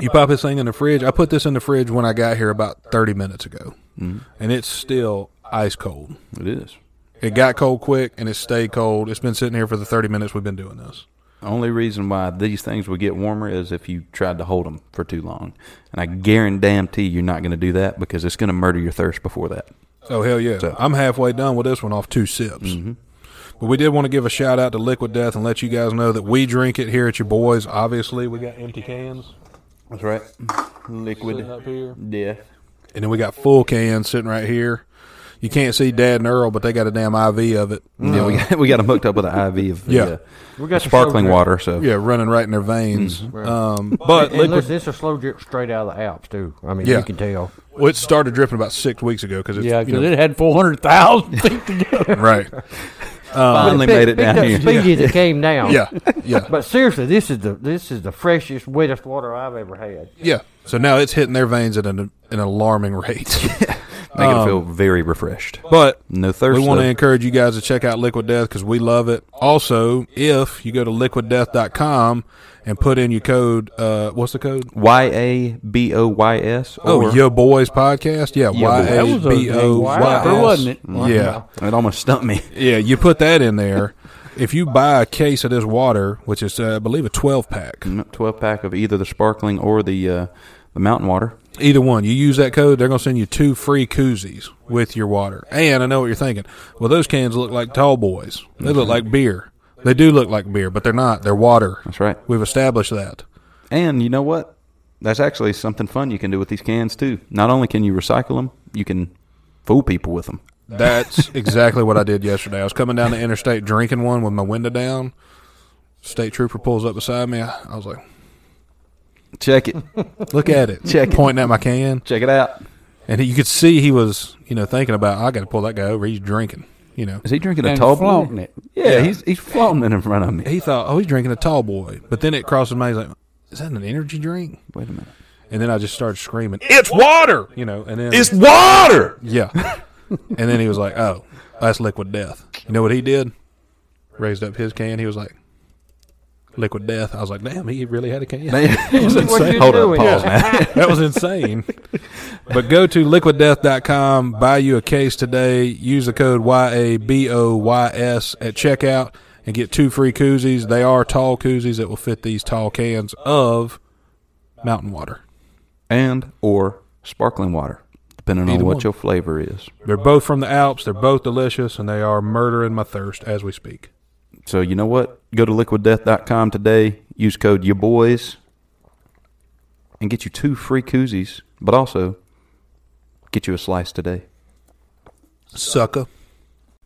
you pop this thing in the fridge. I put this in the fridge when I got here about 30 minutes ago,
Mm-hmm.
and it's still ice cold.
It is.
It got cold quick and it stayed cold. It's been sitting here for the 30 minutes we've been doing this.
Only reason why these things would get warmer is if you tried to hold them for too long, and I guarantee you're not going to do that because it's going to murder your thirst before that. Mm-hmm.
Oh, hell yeah. I'm halfway done with this one off two sips. But we did want to give a shout out to Liquid Death and let you guys know that we drink it here at your boys. Obviously, we got empty cans
That's right.
sitting
Liquid
up here,
death.
and then we got full cans sitting right here. You can't see Dad and Earl, but they got a damn IV of it.
Yeah, we got, we got them hooked up with an IV of the,
Yeah.
uh,
We got the
sparkling
show drip.
water. So
Yeah, running right in their veins.
Mm-hmm.
Um,
But
but
and, and
liquid,
listen, it's a slow drip straight out of the Alps too. I mean,
Yeah.
you can tell.
well, it started dripping about six weeks ago because it's
Yeah,
you
because
know,
it had four hundred thousand feet to go.
right.
finally
Pick-
made it
picked
down
up
here.
Speedy as it came down.
Yeah, yeah,
But seriously, this is the this is the freshest, wettest water I've ever had.
yeah. So now it's hitting their veins at an, an alarming rate.
Making it feel very refreshed.
Um, But
No thirst.
We want to
though.
encourage you guys to check out Liquid Death because we love it. Also, if you go to liquiddeath.com and put in your code, uh, what's the code?
Y A B O Y S.
Oh,
or-
Yo Boys Podcast. Yeah,
Yo Boys.
Y
That was
A
a
B O Y S.
whopper, wasn't it?
Yeah,
It almost stumped me.
yeah. You put that in there. If you buy a case of this water, which is, uh, I believe, a 12 pack,
Twelve pack of either the sparkling or the uh, the mountain water.
either one, you use that code, they're going to send you two free koozies with your water. And I know what you're thinking. Well, those cans look like tall boys. They
Mm-hmm.
look like beer. They do look like beer, but they're not. They're water.
That's right.
We've established that.
And you know what? That's actually something fun you can do with these cans too. Not only can you recycle them, you can fool people with them.
That's exactly what I did yesterday. I was coming down the interstate drinking one with my window down. State trooper pulls up beside me. I I was like,
Check it.
"Look at it!"
Check it.
pointing at my can,
Check it out.
and he, you could see he was, you know, thinking about, "I got to pull that guy over. He's drinking." You know,
Is he drinking a
And
tall
flaunting
boy?
it.
Yeah, he's he's flaunting it in front of me.
he thought, "Oh, he's drinking a tall boy," but then it crossed his mind. He's like, "Is that an energy drink?"
Wait a minute.
And then I just started screaming, "It's water!" You know, and then
water.
yeah, and then he was like, "Oh, that's liquid death." You know what he did? Raised up his can. He was like, "Liquid death." I was like, "Damn, he really had a can."
What you
Hold on,
doing?
pause, man.
that was insane. But go to liquiddeath.com, buy you a case today, use the code YABOYS at checkout, and get two free koozies. They are tall koozies that will fit these tall cans of mountain water.
and or sparkling water, depending
Either
on what
one.
your flavor is.
They're both from the Alps. They're both delicious, and they are murdering my thirst as we speak.
So you know what? Go to liquiddeath.com today. Use code your boys and get you two free koozies, but also get you a slice today.
Sucker.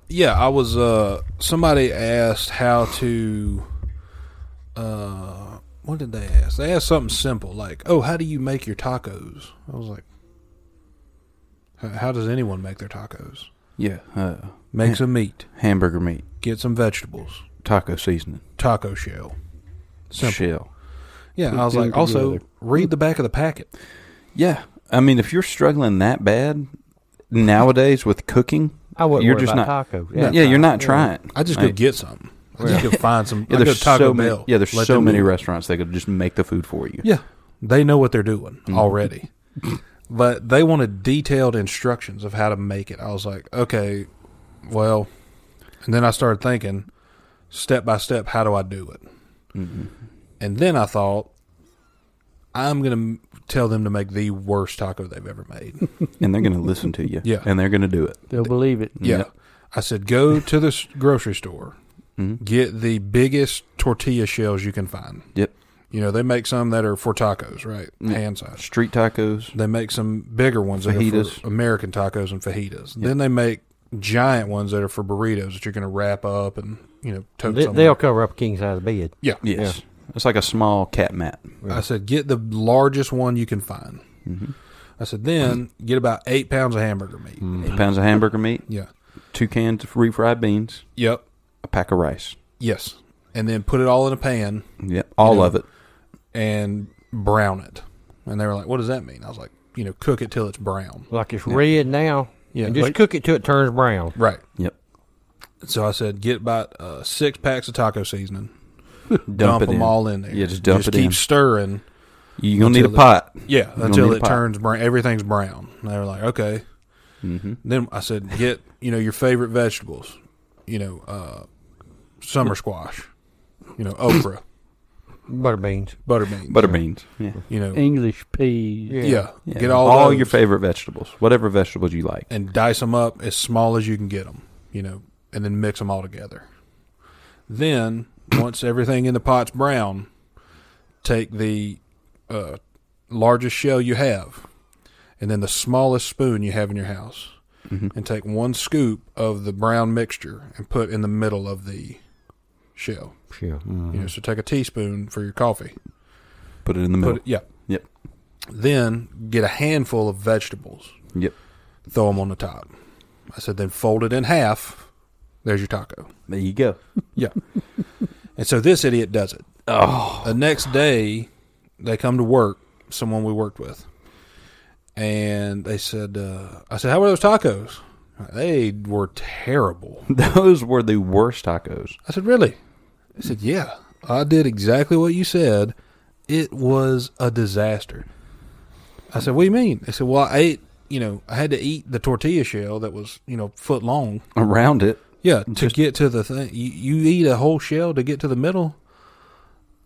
Yeah, I was. Uh, somebody asked how to. Uh, what did they ask? They asked something simple like, "Oh, how do you make your tacos?" I was like, "H- "How does anyone make their tacos?
Yeah, uh,
Make
Yeah.
some meat,
hamburger meat,
get some vegetables,
taco seasoning,
taco shell." Simple.
shell.
Yeah,
Put
I was
two
like, also
together.
read the back of the packet.
Yeah, I mean, if you're struggling that bad nowadays with cooking,
I wouldn't
you're
worry
just
about
not.
tacos.
Yeah,
Yeah.
you're not trying.
I just
Like,
go get something. I just go find some.
yeah,
I go
there's
Taco
so many.
Bell.
Yeah, there's
Let
so
them
many
do it.
restaurants that could just make the food for you.
Yeah. They know what they're doing already. But they wanted detailed instructions of how to make it. I was like, okay, well. And then I started thinking, step by step, how do I do it?
Mm-hmm.
And then I thought, I'm going to tell them to make the worst taco they've ever made.
and they're going to listen to you.
Mm-hmm. Yeah.
and they're going to do it.
They'll believe it.
Yeah.
Yep.
I said, go to the s- grocery store,
Mm-hmm.
get the biggest tortilla shells you can find.
Yep.
You know, they make some that are for tacos, right? Hand size.
Street tacos.
They make some bigger ones that are
Fajitas.
for American tacos and fajitas. Then they make giant ones that are for burritos that you're going to wrap up and you know tote
They,
somewhere.
will cover up a king size bed.
yeah. Mm-hmm.
Yes. It's like a small cat mat.
I said get the largest one you can find.
Mm-hmm.
I said then get about eight pounds of hamburger meat.
Mm.
Eight pounds of hamburger meat,
Yeah.
two cans of refried beans,
Yep.
a pack of rice.
Yes. And then put it all in a pan
Yep. All of it.
and brown it. And they were like, "What does that mean?" I was like, "You know, cook it till it's brown."
Like it's red now.
Yeah,
And just
like-
cook it till it turns brown.
Right.
Yep.
So I said, get about uh, six packs of taco seasoning.
Dump,
Dump,
it
them
in.
all in there.
Yeah, just dump it
keep
in.
stirring.
You're going to need a
until it-
pot.
Yeah,
gonna
until
need a
it
pot.
turns brown. Everything's brown. And they were like, okay. Then I said, get you know your favorite vegetables. You know, uh, summer squash. You know, okra,
Butter beans.
butter beans.
Butter beans. Yeah.
You know,
English peas.
yeah.
Yeah.
Get all
all
those
your favorite vegetables, whatever vegetables you like.
and dice them up as small as you can get them. You know, and then mix them all together. Then, once everything in the pot's brown, take the uh, largest shell you have, and then the smallest spoon you have in your house,
Mm-hmm.
and take one scoop of the brown mixture and put in the middle of the shell.
Sure.
You know, so take a teaspoon for your coffee.
Put it in the middle.
Put it, yeah.
Yep.
Then get a handful of vegetables,
Yep.
throw them on the top. I said, then fold it in half. There's your taco.
There you go.
Yeah. and so this idiot does it. Oh. The next day, they come to work, someone we worked with. And they said, uh, I said, how were those tacos? They were terrible.
Those were the worst tacos.
I said, really? He said, yeah. I did exactly what you said. It was a disaster. I said, what do you mean? They said, well, I ate, you know, I had to eat the tortilla shell that was, you know, foot long.
Around it.
Yeah, to get to the thing, you, you eat a whole shell to get to the middle.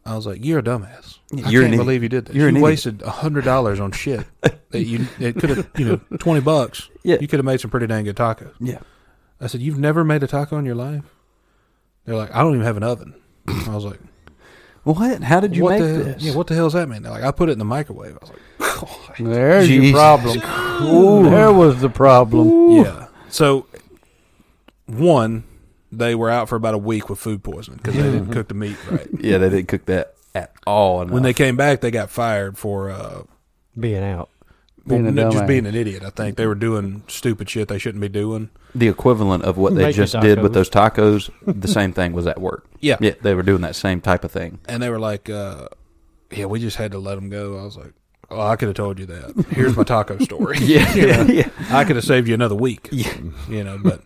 I was like, "You're a dumbass. I
You're
can't
an idiot.
believe you did that.
You're an
you
idiot."
wasted a hundred dollars on shit that you it could have, you know, twenty bucks.
Yeah.
you could have made some pretty dang good tacos."
Yeah.
I said, "You've never made a taco in your life?" They're like, "I don't even have an oven." I was like,
What? How did you
"What
make
the hell?
this?
Yeah, what the hell's that mean?" They're like, "I put it in the microwave." I was like,
There's
Jesus
your problem. There was the problem.
"Yeah." So, one, they were out for about a week with food poisoning because they didn't cook the meat right.
Yeah, they didn't cook that at all.
When they came back, they got fired for uh,
Being out.
well,
Being a
no, just
dumbass.
being an idiot. I think they were doing stupid shit they shouldn't be doing.
the equivalent of what they
Making
just did with
tacos.
those tacos, the same thing was at work.
Yeah.
Yeah, they were doing that same type of thing.
And they were like, uh, "Yeah, we just had to let them go." I was like, "Oh, I could have told you that. Here's my taco story.
Yeah.
You know,
Yeah.
I could have saved you another week. You know, but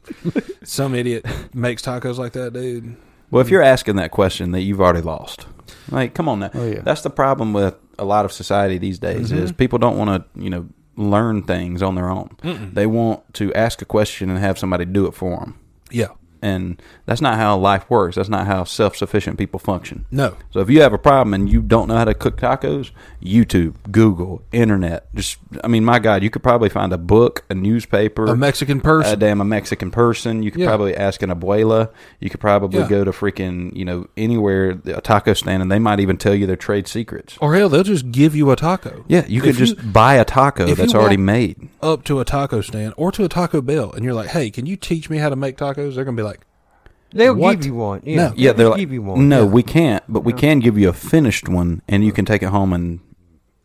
some idiot makes tacos like that, dude.
Well, if you're asking that question, that you've already lost. Like, come on now.
Oh, yeah.
That's the problem with a lot of society these days is
Mm-hmm.
people don't want to, you know, learn things on their own. They want to ask a question and have somebody do it for them.
Yeah,
And that's not how life works. That's not how self-sufficient people function.
no,
So if you have a problem and you don't know how to cook tacos, YouTube, Google, internet, just I mean, my God, you could probably find a book, a newspaper,
a Mexican person.
a damn a Mexican person. You could
Yeah.
probably ask an abuela. You could probably
Yeah.
go to freaking you know anywhere a taco stand, and they might even tell you their trade secrets.
or hell, they'll just give you a taco.
Yeah, you could
If
just buy a taco
if you
that's already
walk-
made.
up to a taco stand or to a Taco Bell, and you're like, "Hey, can you teach me how to make tacos?" They're gonna be like,
They'll
What?
give you one. Yeah,
No.
Yeah, they're
they'll
like,
give you one.
no,
Yeah.
we can't, but we can give you a finished one, and you can take it home and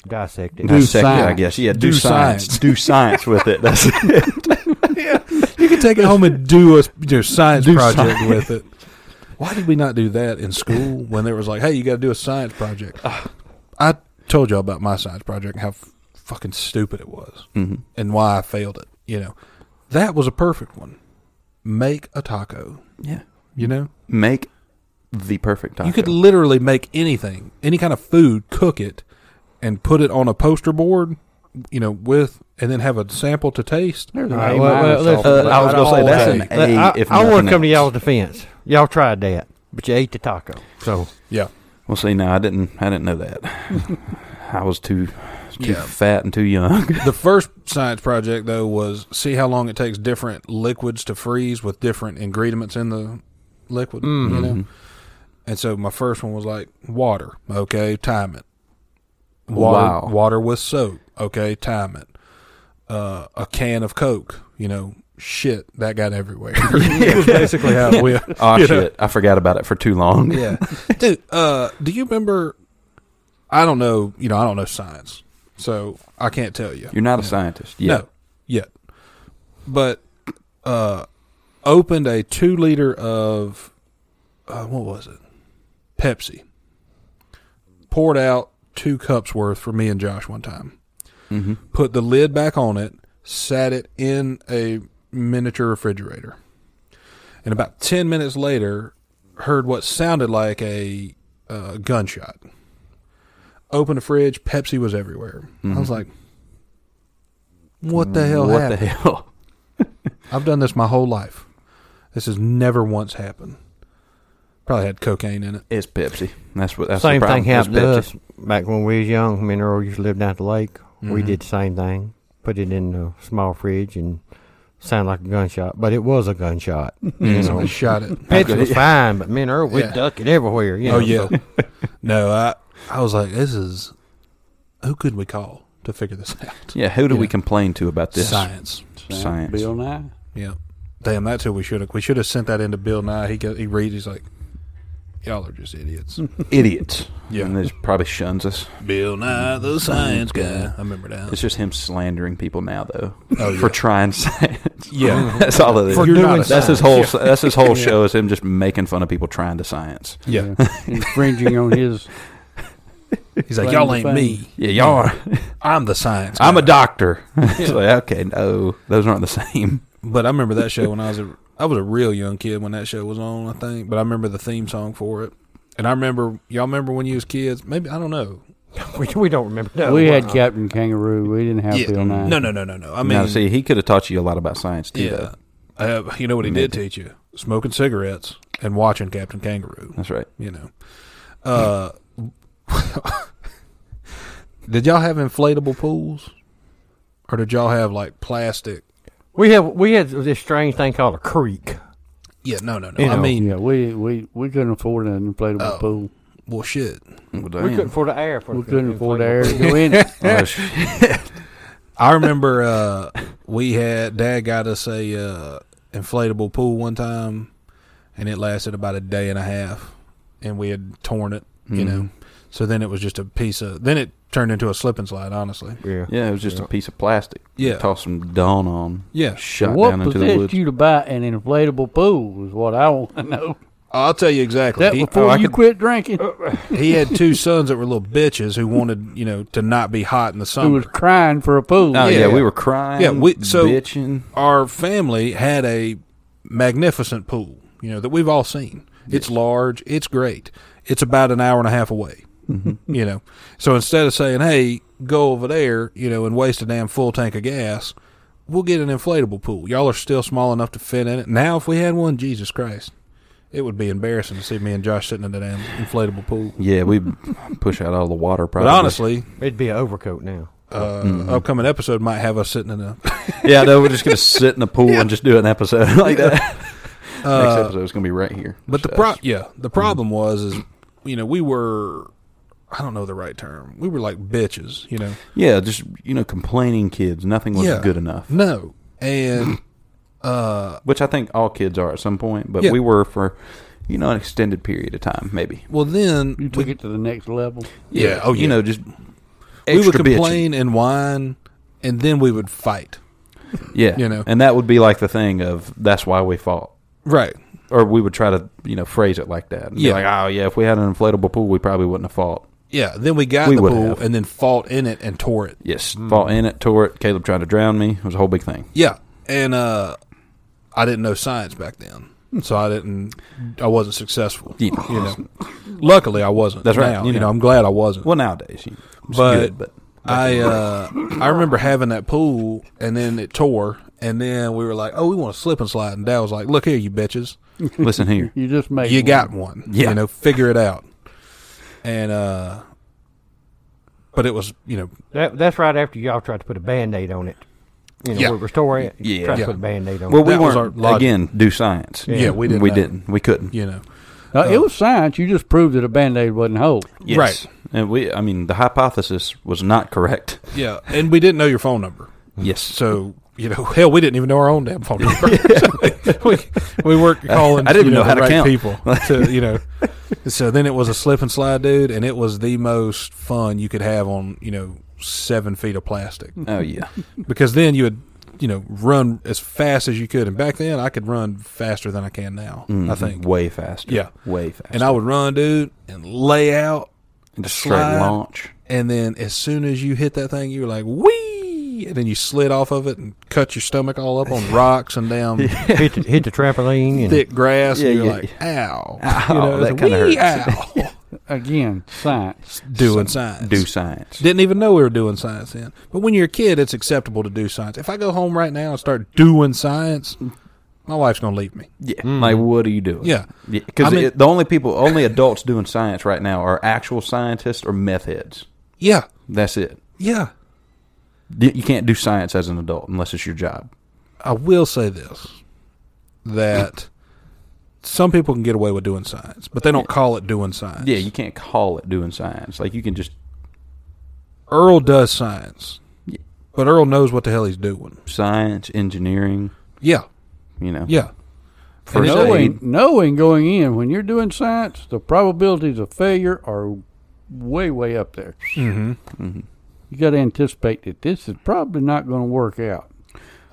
dissect
Do
it.
dissect it, I
science.
guess, yeah, do,
Do
science.
science.
do science with it. That's it.
You can take it home and do a you know, science project with it. Why did we not do that in school when there was like, hey, you got to do a science project? I told y'all about my science project and how f- fucking stupid it was
Mm-hmm.
and why I failed it. You know, that was a perfect one. Make a taco.
Yeah,
You know,
make the perfect taco.
you could literally make anything, any kind of food, cook it, and put it on a poster board. You know, with and then have a sample to taste.
There's
All
an
right,
A
well, well,
minus
let's-
off.
Uh, I was gonna say that's an
Let
A.
I,
if
I want
nothing
to come
else.
to y'all's defense. Y'all tried that, but you ate the taco. So
Yeah,
Well, see, no, I didn't. I didn't know that. I was too, too
Yeah.
fat and too young.
The first science project though was see how long it takes different liquids to freeze with different ingredients in the liquid,
Mm-hmm.
you know. And so my first one was like water, okay, time it. Water,
Wow.
water with soap, okay, time it. Uh, a can of Coke, you know, shit that got everywhere. it was basically how it went.
Oh
you
shit!
know?
I forgot about it for too long.
Yeah. Dude, uh, do you remember? I don't know. You know, I don't know science, so I can't tell you.
You're not a scientist. Yeah.
No, yet. But uh, opened a two liter of uh, what was it? Pepsi. Poured out two cups worth for me and Josh one time.
Mm-hmm.
Put the lid back on it. Sat it in a miniature refrigerator. And about ten minutes later, heard what sounded like a uh, gunshot. Opened the fridge. Pepsi was everywhere. I was like, "What the hell
Mm-hmm. Mm, What
happened?"
the hell?
I've done this my whole life. This has never once happened. Probably had cocaine in it.
It's Pepsi. That's what. That's
same
the
thing
problem. It's
happened to
Pepsi.
us back when we was young. Me and
Mm-hmm.
Earl used to live down at the lake. We did the same thing. Put it in a small fridge and Sound like a gunshot, but it was a gunshot.
Yeah, somebody shot it.
Pitch was fine, but me and Earl, we
Yeah.
ducking everywhere. You know,
oh yeah.
so-
no, I I was like, this is who could we call to figure this out?
Yeah, who do we
Yeah.
complain to about this?
Science.
Science.
Bill Nye.
Yeah. Damn, that's who we should have. We should have sent that into Bill Nye. He got, he reads. He's like, y'all are just idiots.
Idiots.
Yeah.
Hmm. And they just probably shuns us.
Bill Nye, the science guy. I remember
It's
that.
just him slandering people now, though,
Oh,
for
yeah.
trying science.
Yeah.
that's all it is.
For
You're
doing
not a-
that's his
science.
whole. That's his whole show is him just making fun of people trying to science.
Yeah.
Infringing on his.
He's like, y'all
Claim
ain't
to fame.
me.
Yeah, y'all. Are,
I'm the science.
I'm a
guy."
doctor. It's like, okay, no, those aren't the same.
But I remember that show when I was a I was a real young kid when that show was on, I think. But I remember the theme song for it. And I remember y'all remember when you was kids? Maybe I don't know.
we, we don't remember that.
we
one.
had Captain Kangaroo. We didn't have
Yeah.
Bill Nye.
No, no, no, no, no. I
I
mean,
mean, now, see, he could have taught you a lot about science too.
yeah.
Though.
Uh, you know what he did teach you? Smoking cigarettes and watching Captain Kangaroo.
That's right.
You know. Uh, did y'all have inflatable pools, or did y'all have like plastic?
we had we had this strange thing called a creek.
Yeah, no, no, no.
You
I
know,
mean,
Yeah, we, we, we couldn't afford an inflatable
Oh.
pool.
well, shit.
Well,
We couldn't
damn.
afford the air. For
We
the-
couldn't afford air to go in. it.
Oh, sh-
I remember uh, we had dad got us a uh, inflatable pool one time, and it lasted about a day and a half, and we had torn it, you
Mm-hmm.
Mhm.
know. So then it was just a piece of. Then it turned into a slip and slide. Honestly,
Yeah.
yeah, it was just a piece of plastic.
Yeah.
Toss some dawn on.
yeah.
Shot
what
down into the
possessed
woods.
you to buy an inflatable pool is what I want to know.
I'll tell you exactly.
That
He- oh,
before
Oh, I
you
could-
quit drinking,
Uh-uh. he had two sons that were little bitches who wanted, you know, to not be hot in the
who
summer.
was crying for a pool.
Oh yeah,
Yeah.
we were crying.
Yeah, we- so-
bitching.
Our family had a magnificent pool, you know, that we've all seen. It's large, it's great. It's about an hour and a half away. You know. So instead of saying, Hey, go over there, you know, and waste a damn full tank of gas, we'll get an inflatable pool. Y'all are still small enough to fit in it. Now if we had one, Jesus Christ. It would be embarrassing to see me and Josh sitting in that damn inflatable pool.
Yeah, we push out all the water.
But
Probably.
honestly,
It'd be an overcoat now.
uh, upcoming episode might have us sitting in a
yeah, no, we're just gonna sit in the pool and just do an episode like that. Next
Uh,
episode's gonna be right here.
But the
So
pro- yeah, the
Mm-hmm.
problem was is you know we were I don't know the right term. We were like bitches, you know.
yeah, just you know, complaining kids. Nothing was
Yeah.
good enough,
No, and uh,
which I think all kids are at some point. But
Yeah.
we were for you know an extended period of time, maybe.
well then
You took it to the next level.
Yeah, oh, yeah.
you know, just
we would
extra bitching.
complain and whine, and then we would fight.
Yeah,
you know.
and that would be like the thing of that's why we fought.
Right.
Or we would try to, you know, phrase it like that. And
Yeah.
Be like, oh, yeah, if we had an inflatable pool, we probably wouldn't have fought.
Yeah. Then we got
We
in the
would
pool
have.
and then fought in it and tore it.
Yes, fought in it, tore it. Caleb tried to drown me. It was a whole big thing.
Yeah, and uh, I didn't know science back then, so I didn't. I wasn't successful.
Yeah.
You know. Luckily, I wasn't.
That's right,
Now,
you
you know,
know.
I'm glad I wasn't.
Well, nowadays, you know, it's
But-
good, but
I uh, I remember having that pool, and then it tore, and then we were like, "Oh, we want a slip and slide," and Dad was like, "Look here, you bitches,
listen here.
You just made
you
one.
got one.
Yeah.
You know, figure it out." And uh, but it was you know
That, that's right after y'all tried to put a band aid on it. You know,
Yeah.
we restore it.
Yeah.
Tried
Yeah.
to put a band aid on
Well,
it.
we
That was
weren't
our logic.
again do science.
Yeah, Yeah, we didn't
We
know.
didn't. We couldn't.
you know
Uh, it was science. You just proved that a band aid wasn't whole.
Yes.
Right.
And we, I mean, the hypothesis was not correct.
yeah, and we didn't know your phone number,
Yes.
so. You know, hell, we didn't even know our own damn phone number. So we, we weren't calling.
I didn't
you
know how
the
to
right
count.
people. To, you know, so then it was a slip and slide, dude, and it was the most fun you could have on you know seven feet of plastic.
Oh yeah.
because then you would you know run as fast as you could and back then i could run faster than i can now i
Mhm.
think
way faster.
Yeah.
Way faster.
and i would run dude and lay out
And just straight
slide.
launch.
and then as soon as you hit that thing you were like whee and then you slid off of it and cut your stomach all up on rocks and damn
hit, the, hit the trampoline. And,
thick grass
Yeah,
and you're
yeah,
like ow,
Ow, that
it's
kinda
whee,
hurts.
ow.
Again, science.
doing science
Do science.
didn't even know we were doing science then. But when you're a kid, it's acceptable to do science. If I go home right now and start doing science, my wife's going to leave me.
Yeah. Like, what are you doing?
hmm. Yeah.
Because
I mean-
the only people, only adults doing science right now are actual scientists or meth heads.
Yeah.
That's it.
Yeah.
D- You can't do science as an adult unless it's your job.
I will say this that some people can get away with doing science, but they don't call it doing science.
Yeah, you can't call it doing science. Like you can just
Earl does science,
Yeah.
but Earl knows what the hell he's doing.
science, engineering,
Yeah,
you know.
yeah.
First
And it-
aid.
knowing, knowing going in when you're doing science, the probabilities of failure are way, way up there.
Mhm.
You got to anticipate that this is probably not going to work out.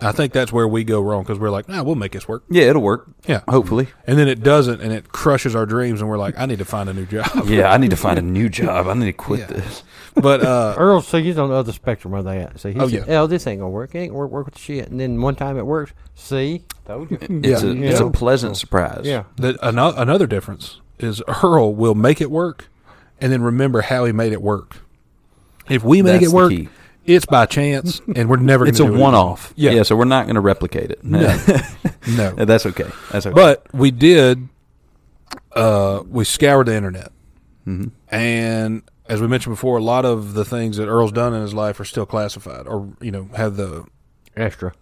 I think that's where we go wrong because we're like, nah, we'll make this work.
Yeah, it'll work.
Yeah.
Hopefully.
And then it doesn't, and it crushes our dreams, and we're like, I need to find a new job.
Yeah, I need to find a new job. I need to quit
Yeah.
this.
But uh,
Earl, so he's on the other spectrum of that. So he's,
Oh,
oh,
yeah.
this ain't gonna work. It ain't gonna work, work with shit. And then one time it works. See, told you.
It's
Yeah.
a it's a
Yeah.
pleasant surprise.
Yeah,
the, ano- another difference is Earl will make it work, and then remember how he made it work. If we make
That's
it
the
work,
key.
it's by chance, and we're never.
It's a
gonna do it.
one off.
Yeah.
Yeah. so we're not going to replicate it.
No,
That's okay. That's okay.
but we did. Uh, we scoured the internet,
Mm-hmm.
and as we mentioned before, a lot of the things that Earl's done in his life are still classified, or you know, have the
extra.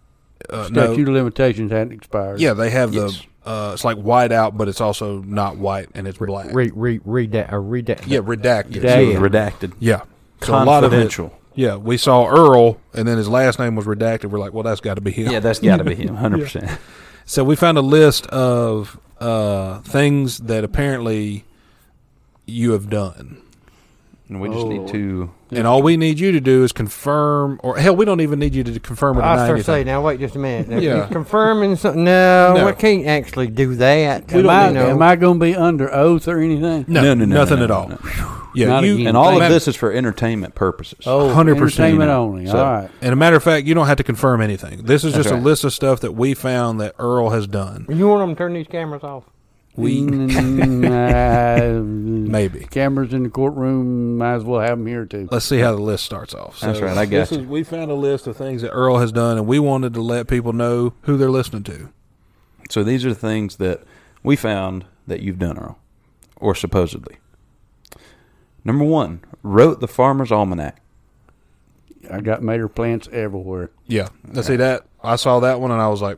uh, no-
Statute of limitations hadn't expired.
Yeah, they have
Yes.
the. Uh, it's like white out, but it's also not white, and it's black.
Re re read that. Or read that.
yeah, redacted.
Yeah.
It was redacted.
Yeah. So a lot of it.
Confidential.
Yeah, we saw Earl, and then his last name was redacted. We're like, well, that's got to be him.
Yeah, that's got to be him, hundred percent.
So we found a list of uh, things that apparently you have done,
And we just
Oh,
need
Lord.
to.
and all we need you to do is confirm, or hell, we don't even need you to confirm or deny
I start
anything.
saying now. Wait just a minute. Now,
Yeah.
You're confirming something. No,
No.
we can't actually do that.
Am I,
You know.
am I going to be under oath or anything?
no,
No, no, no,
nothing
no,
at
no,
all.
no,
Yeah,
Not
you
again.
And all of
man-
this is for entertainment purposes.
Oh,
100%,
entertainment
you know.
only.
So-
All right.
And a matter of fact, you don't have to confirm anything. This is
That's
just a
right.
list of stuff that we found that Earl has done.
You want them to turn these cameras off?
We-
Mm, uh,
Maybe.
cameras in the courtroom. Might as well have them here too.
Let's see how the list starts off.
That's right, I
guess
got you.
we found a list of things that Earl has done, and we wanted to let people know who they're listening to.
So these are the things that we found that you've done, Earl, or supposedly. Number one, wrote the Farmer's Almanac.
I got mater plants everywhere.
Yeah, I see that. I saw that one, and I was like,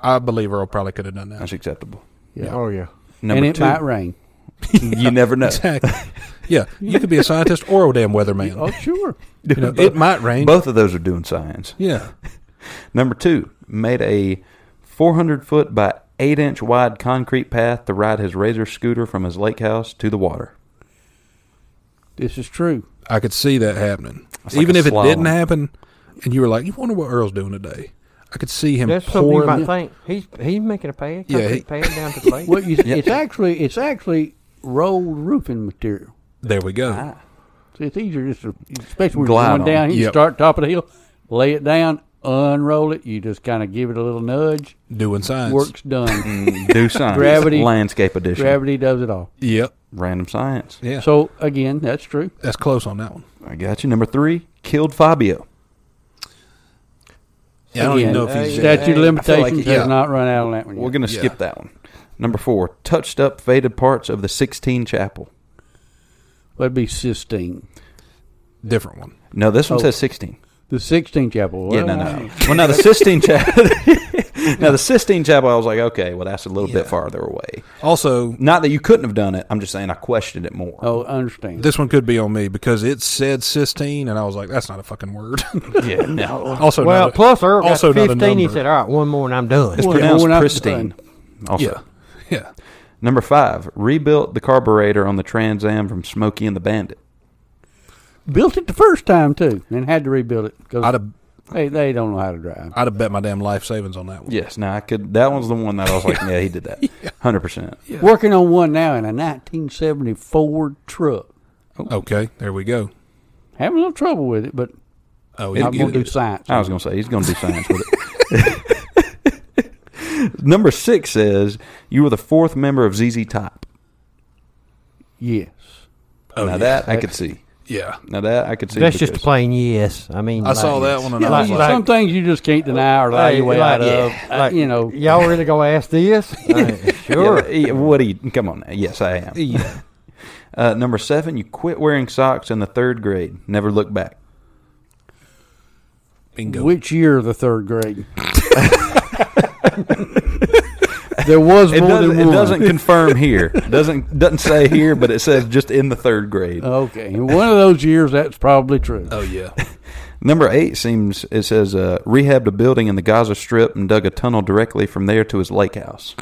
I believe Earl probably could have done that.
That's acceptable.
Yeah.
Oh yeah.
Number
and it
two,
might rain.
you never know.
Exactly. yeah, you could be a scientist or a damn weatherman.
Oh, sure.
You know, it might rain.
Both of those are doing science.
Yeah,
Number two, made a 400 foot by 8 inch wide concrete path to ride his Razor scooter from his lake house to the water.
This is true.
I could see that happening.
That's like
Even
a
if it
slalom.
didn't happen, and you were like, you wonder what Earl's doing today. I could see him
That's something you
pouring.
might think. He's he's making a pad.
Yeah,
Yeah.
he-
pad down to the lake.
Well, you, it's actually it's actually rolled roofing material.
there we go.
See, it's easier just to, especially when
Glide
you're
on.
going down. You
Yep.
start top of the hill, lay it down, unroll it. You just kind of give it a little nudge.
Doing science.
Work's done.
Mm, Do science.
Gravity-
Landscape edition.
Gravity does it all.
Yep.
Random science.
Yeah. So
So again, that's true.
that's close on that one.
I got you. Number three, killed Fabio.
Yeah, I don't even
Again,
know if
uh,
he's
that-
Statute of
I feel like
limitations
it-
has
yeah.
not run out on that one.
We're
Yet.
going to
Yeah.
skip that one. Number four, touched up faded parts of the 16 chapel.
That'd be Sistine,
different one.
No, this one
Oh.
says 16.
the 16th chapel.
yeah,
Well,
no, no. well, now the Sistine Chapel. now the Sistine Chapel, I was like, okay, well, that's a little bit
Yeah.
farther away.
Also,
Not that you couldn't have done it. I'm just saying I questioned it more.
Oh, I understand.
this one could be on me because it said Sistine, and I was like, that's not a fucking word.
yeah, no.
also,
Well,
not a-
plus Earl got
also not a
15. He
number.
said, all right, one more and I'm done.
It's
Well,
pronounced
when I-
pristine. Also,
yeah, yeah.
number five, rebuilt the carburetor on the Trans Am from Smokey and the Bandit.
Built it the first time too, and had to rebuild it
I'd
because
have,
they, they don't know how to drive.
I'd have bet my damn life savings on that one.
Yes, now I could. That one's the one that I was like, yeah, he did that, hundred percent.
Working on one now in a 1970 Ford truck.
Okay, there we go.
Having a little trouble with it, but
Oh,
I'm
you
going
get
to do
it.
science.
I was going to say he's going to do science with it. Number six says you were the fourth member of ZZ Top.
Yes.
Oh,
now
yeah.
that I could see.
yeah.
Now that I could see.
That's just
because-
plain yes. I mean,
I saw that one, and I
Yeah,
was
some
like,
things you just can't deny or lie
Hey,
your way out
like-
of.
yeah,
Uh, you know,
Y'all really gonna ask this? Uh, sure.
Yeah, yeah, what do you? Come on. Now. Yes, I am. Uh, number seven, you quit wearing socks in the third grade. Never look back.
bingo.
which year of the third grade? There was
It
more than
doesn't,
one.
it doesn't confirm here. doesn't doesn't say here, but it says just in the third grade.
Okay, in one of those years, that's probably true.
Oh yeah.
Number eight seems it says uh, rehabbed a building in the Gaza Strip and dug a tunnel directly from there to his lake house.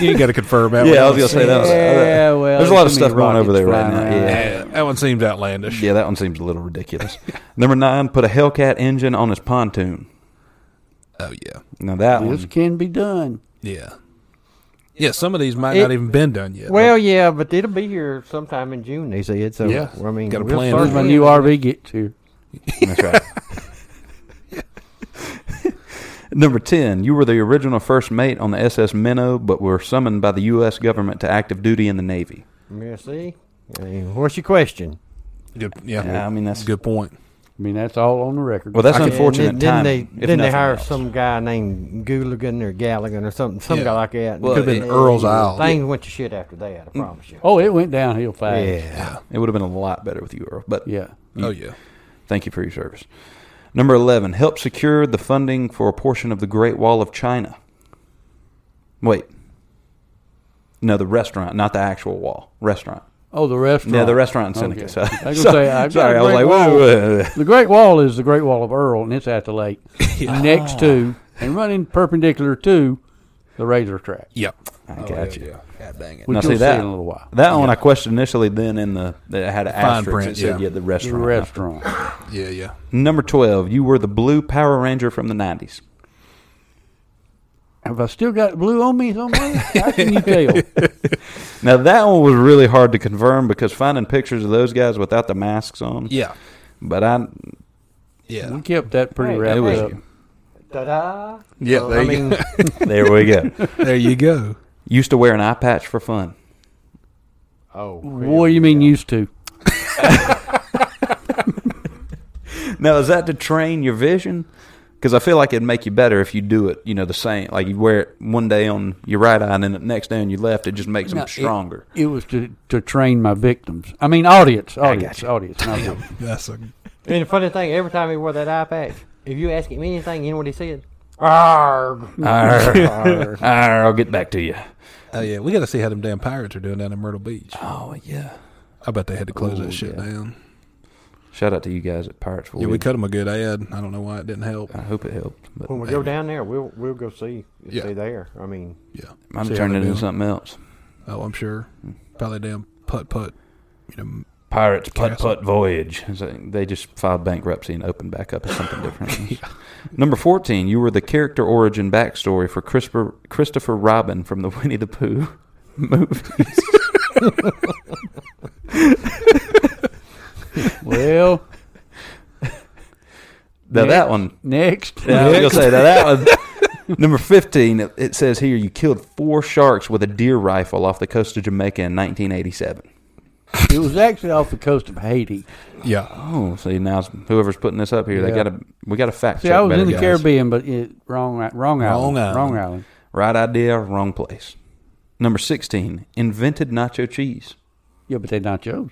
You ain't got to confirm that. one.
Yeah, I was gonna say that. was-
Yeah, well,
there's a lot of
there's too
stuff
many
going over there right
rockets
now.
flying around.
Yeah.
Yeah, that one seems outlandish.
Yeah, that one seems a little ridiculous. Number nine, put a Hellcat engine on his pontoon.
Oh yeah.
Now that
This
one,
can be done.
Yeah. Yeah, some of these might
It-
not even been done yet.
Well, yeah, but it'll be here sometime in June. They said so.
Yeah.
I mean,
Gotta
we'll
plan
start
Where's my
then.
new RV gets here?
that's right. Number ten, you were the original first mate on the SS Minnow, but were summoned by the U.S. government to active duty in the Navy.
Yeah, see, I mean, what's your question?
good, yeah,
Yeah, I mean, that's-
good point.
I mean, that's all on the record.
Well, that's
I can-
unfortunate.
And then,
timing,
then
if
they then they
nothing
hire
else.
some guy named Gooligan or Galligan or something, some
Yeah.
guy like that.
Well, Could've been
And
Earl's Isle.
Things went to shit after that. I promise you.
oh, it went downhill fast.
yeah.
It would have been a lot better with you, Earl. But
Yeah.
Oh yeah.
Thank you for your service. Number 11, help secure the funding for a portion of the Great Wall of China. Wait. No, the restaurant, not the actual wall. Restaurant.
Oh, the restaurant.
Yeah, the restaurant in Seneca.
Okay.
So-
I was
so-
gonna say, I've got
sorry,
a
I was
Great
like,
Wall.
whoa, whoa, whoa.
The Great Wall is the Great Wall of Earl, and it's at the lake next
Oh.
to and running perpendicular to the Razor Track.
Yep.
I got you.
Oh, God dang it.
Which
Now,
you'll
see
see
that,
in a little while.
that one I questioned initially, then in the, that it had an
Fine
asterisk.
print,
it said,
yeah.
yeah, the
The
restaurant.
restaurant.
Yeah, yeah.
Number 12, you were the blue Power Ranger from the 90s.
Have I still got blue on me somewhere? How can you tell?
Now, that one was really hard to confirm because finding pictures of those guys without the masks on.
Yeah.
But I,
Yeah.
We kept that pretty
Hey,
it
wrapped
was
up.
Ta-da!
Yeah,
So,
there
I
you
mean,
go.
There we go.
There you go.
Used to wear an eye patch for fun.
oh,
What do you mean used to?
Now, is that to train your vision? Because I feel like it'd make you better if you do it, you know, the same. Like you wear it one day on your right eye and then the next day on your left. It just makes
No,
them
it-
stronger.
It was to to train my victims. I mean, audience, audience, audience. not victims.
That's a
And the funny thing, every time he wore that eye patch, if you ask him anything, you know what he said? Arg.
Arr, arr, I'll get back to you.
Oh yeah, we got to see how them damn pirates are doing down in Myrtle Beach.
Oh yeah.
I bet they had to close
Ooh,
that shit
yeah.
down.
Shout out to you guys at Pirates.
Yeah, we cut them a good ad. I don't know why it didn't help.
I hope it helped. But
When we go down there, we'll we'll go see if
Yeah.
they there. I mean,
Yeah.
might
See
have
how
turned
they're
it into
doing.
something else.
Oh, I'm sure. Probably damn putt putt. You know.
Pirates putt
Castle.
putt voyage. It's like They just filed bankruptcy and opened back up as something different. Number fourteen, you were the character origin backstory for Christopher Christopher Robin from the Winnie the Pooh movie.
Well,
now that one,
next.
yeah, I was gonna say now that one. Number fifteen, it, it says here you killed four sharks with a deer rifle off the coast of Jamaica in 1987.
It was actually off the coast of Haiti.
Yeah.
Oh, see now it's- whoever's putting this up here, they
Yeah.
got to we got to fact
See,
check.
I was
better,
in the
guys.
Caribbean, but it, wrong, i- wrong island,
Wrong island.
wrong island.
Right idea, wrong place. Number sixteen, invented nacho cheese.
Yeah, but they're nachos.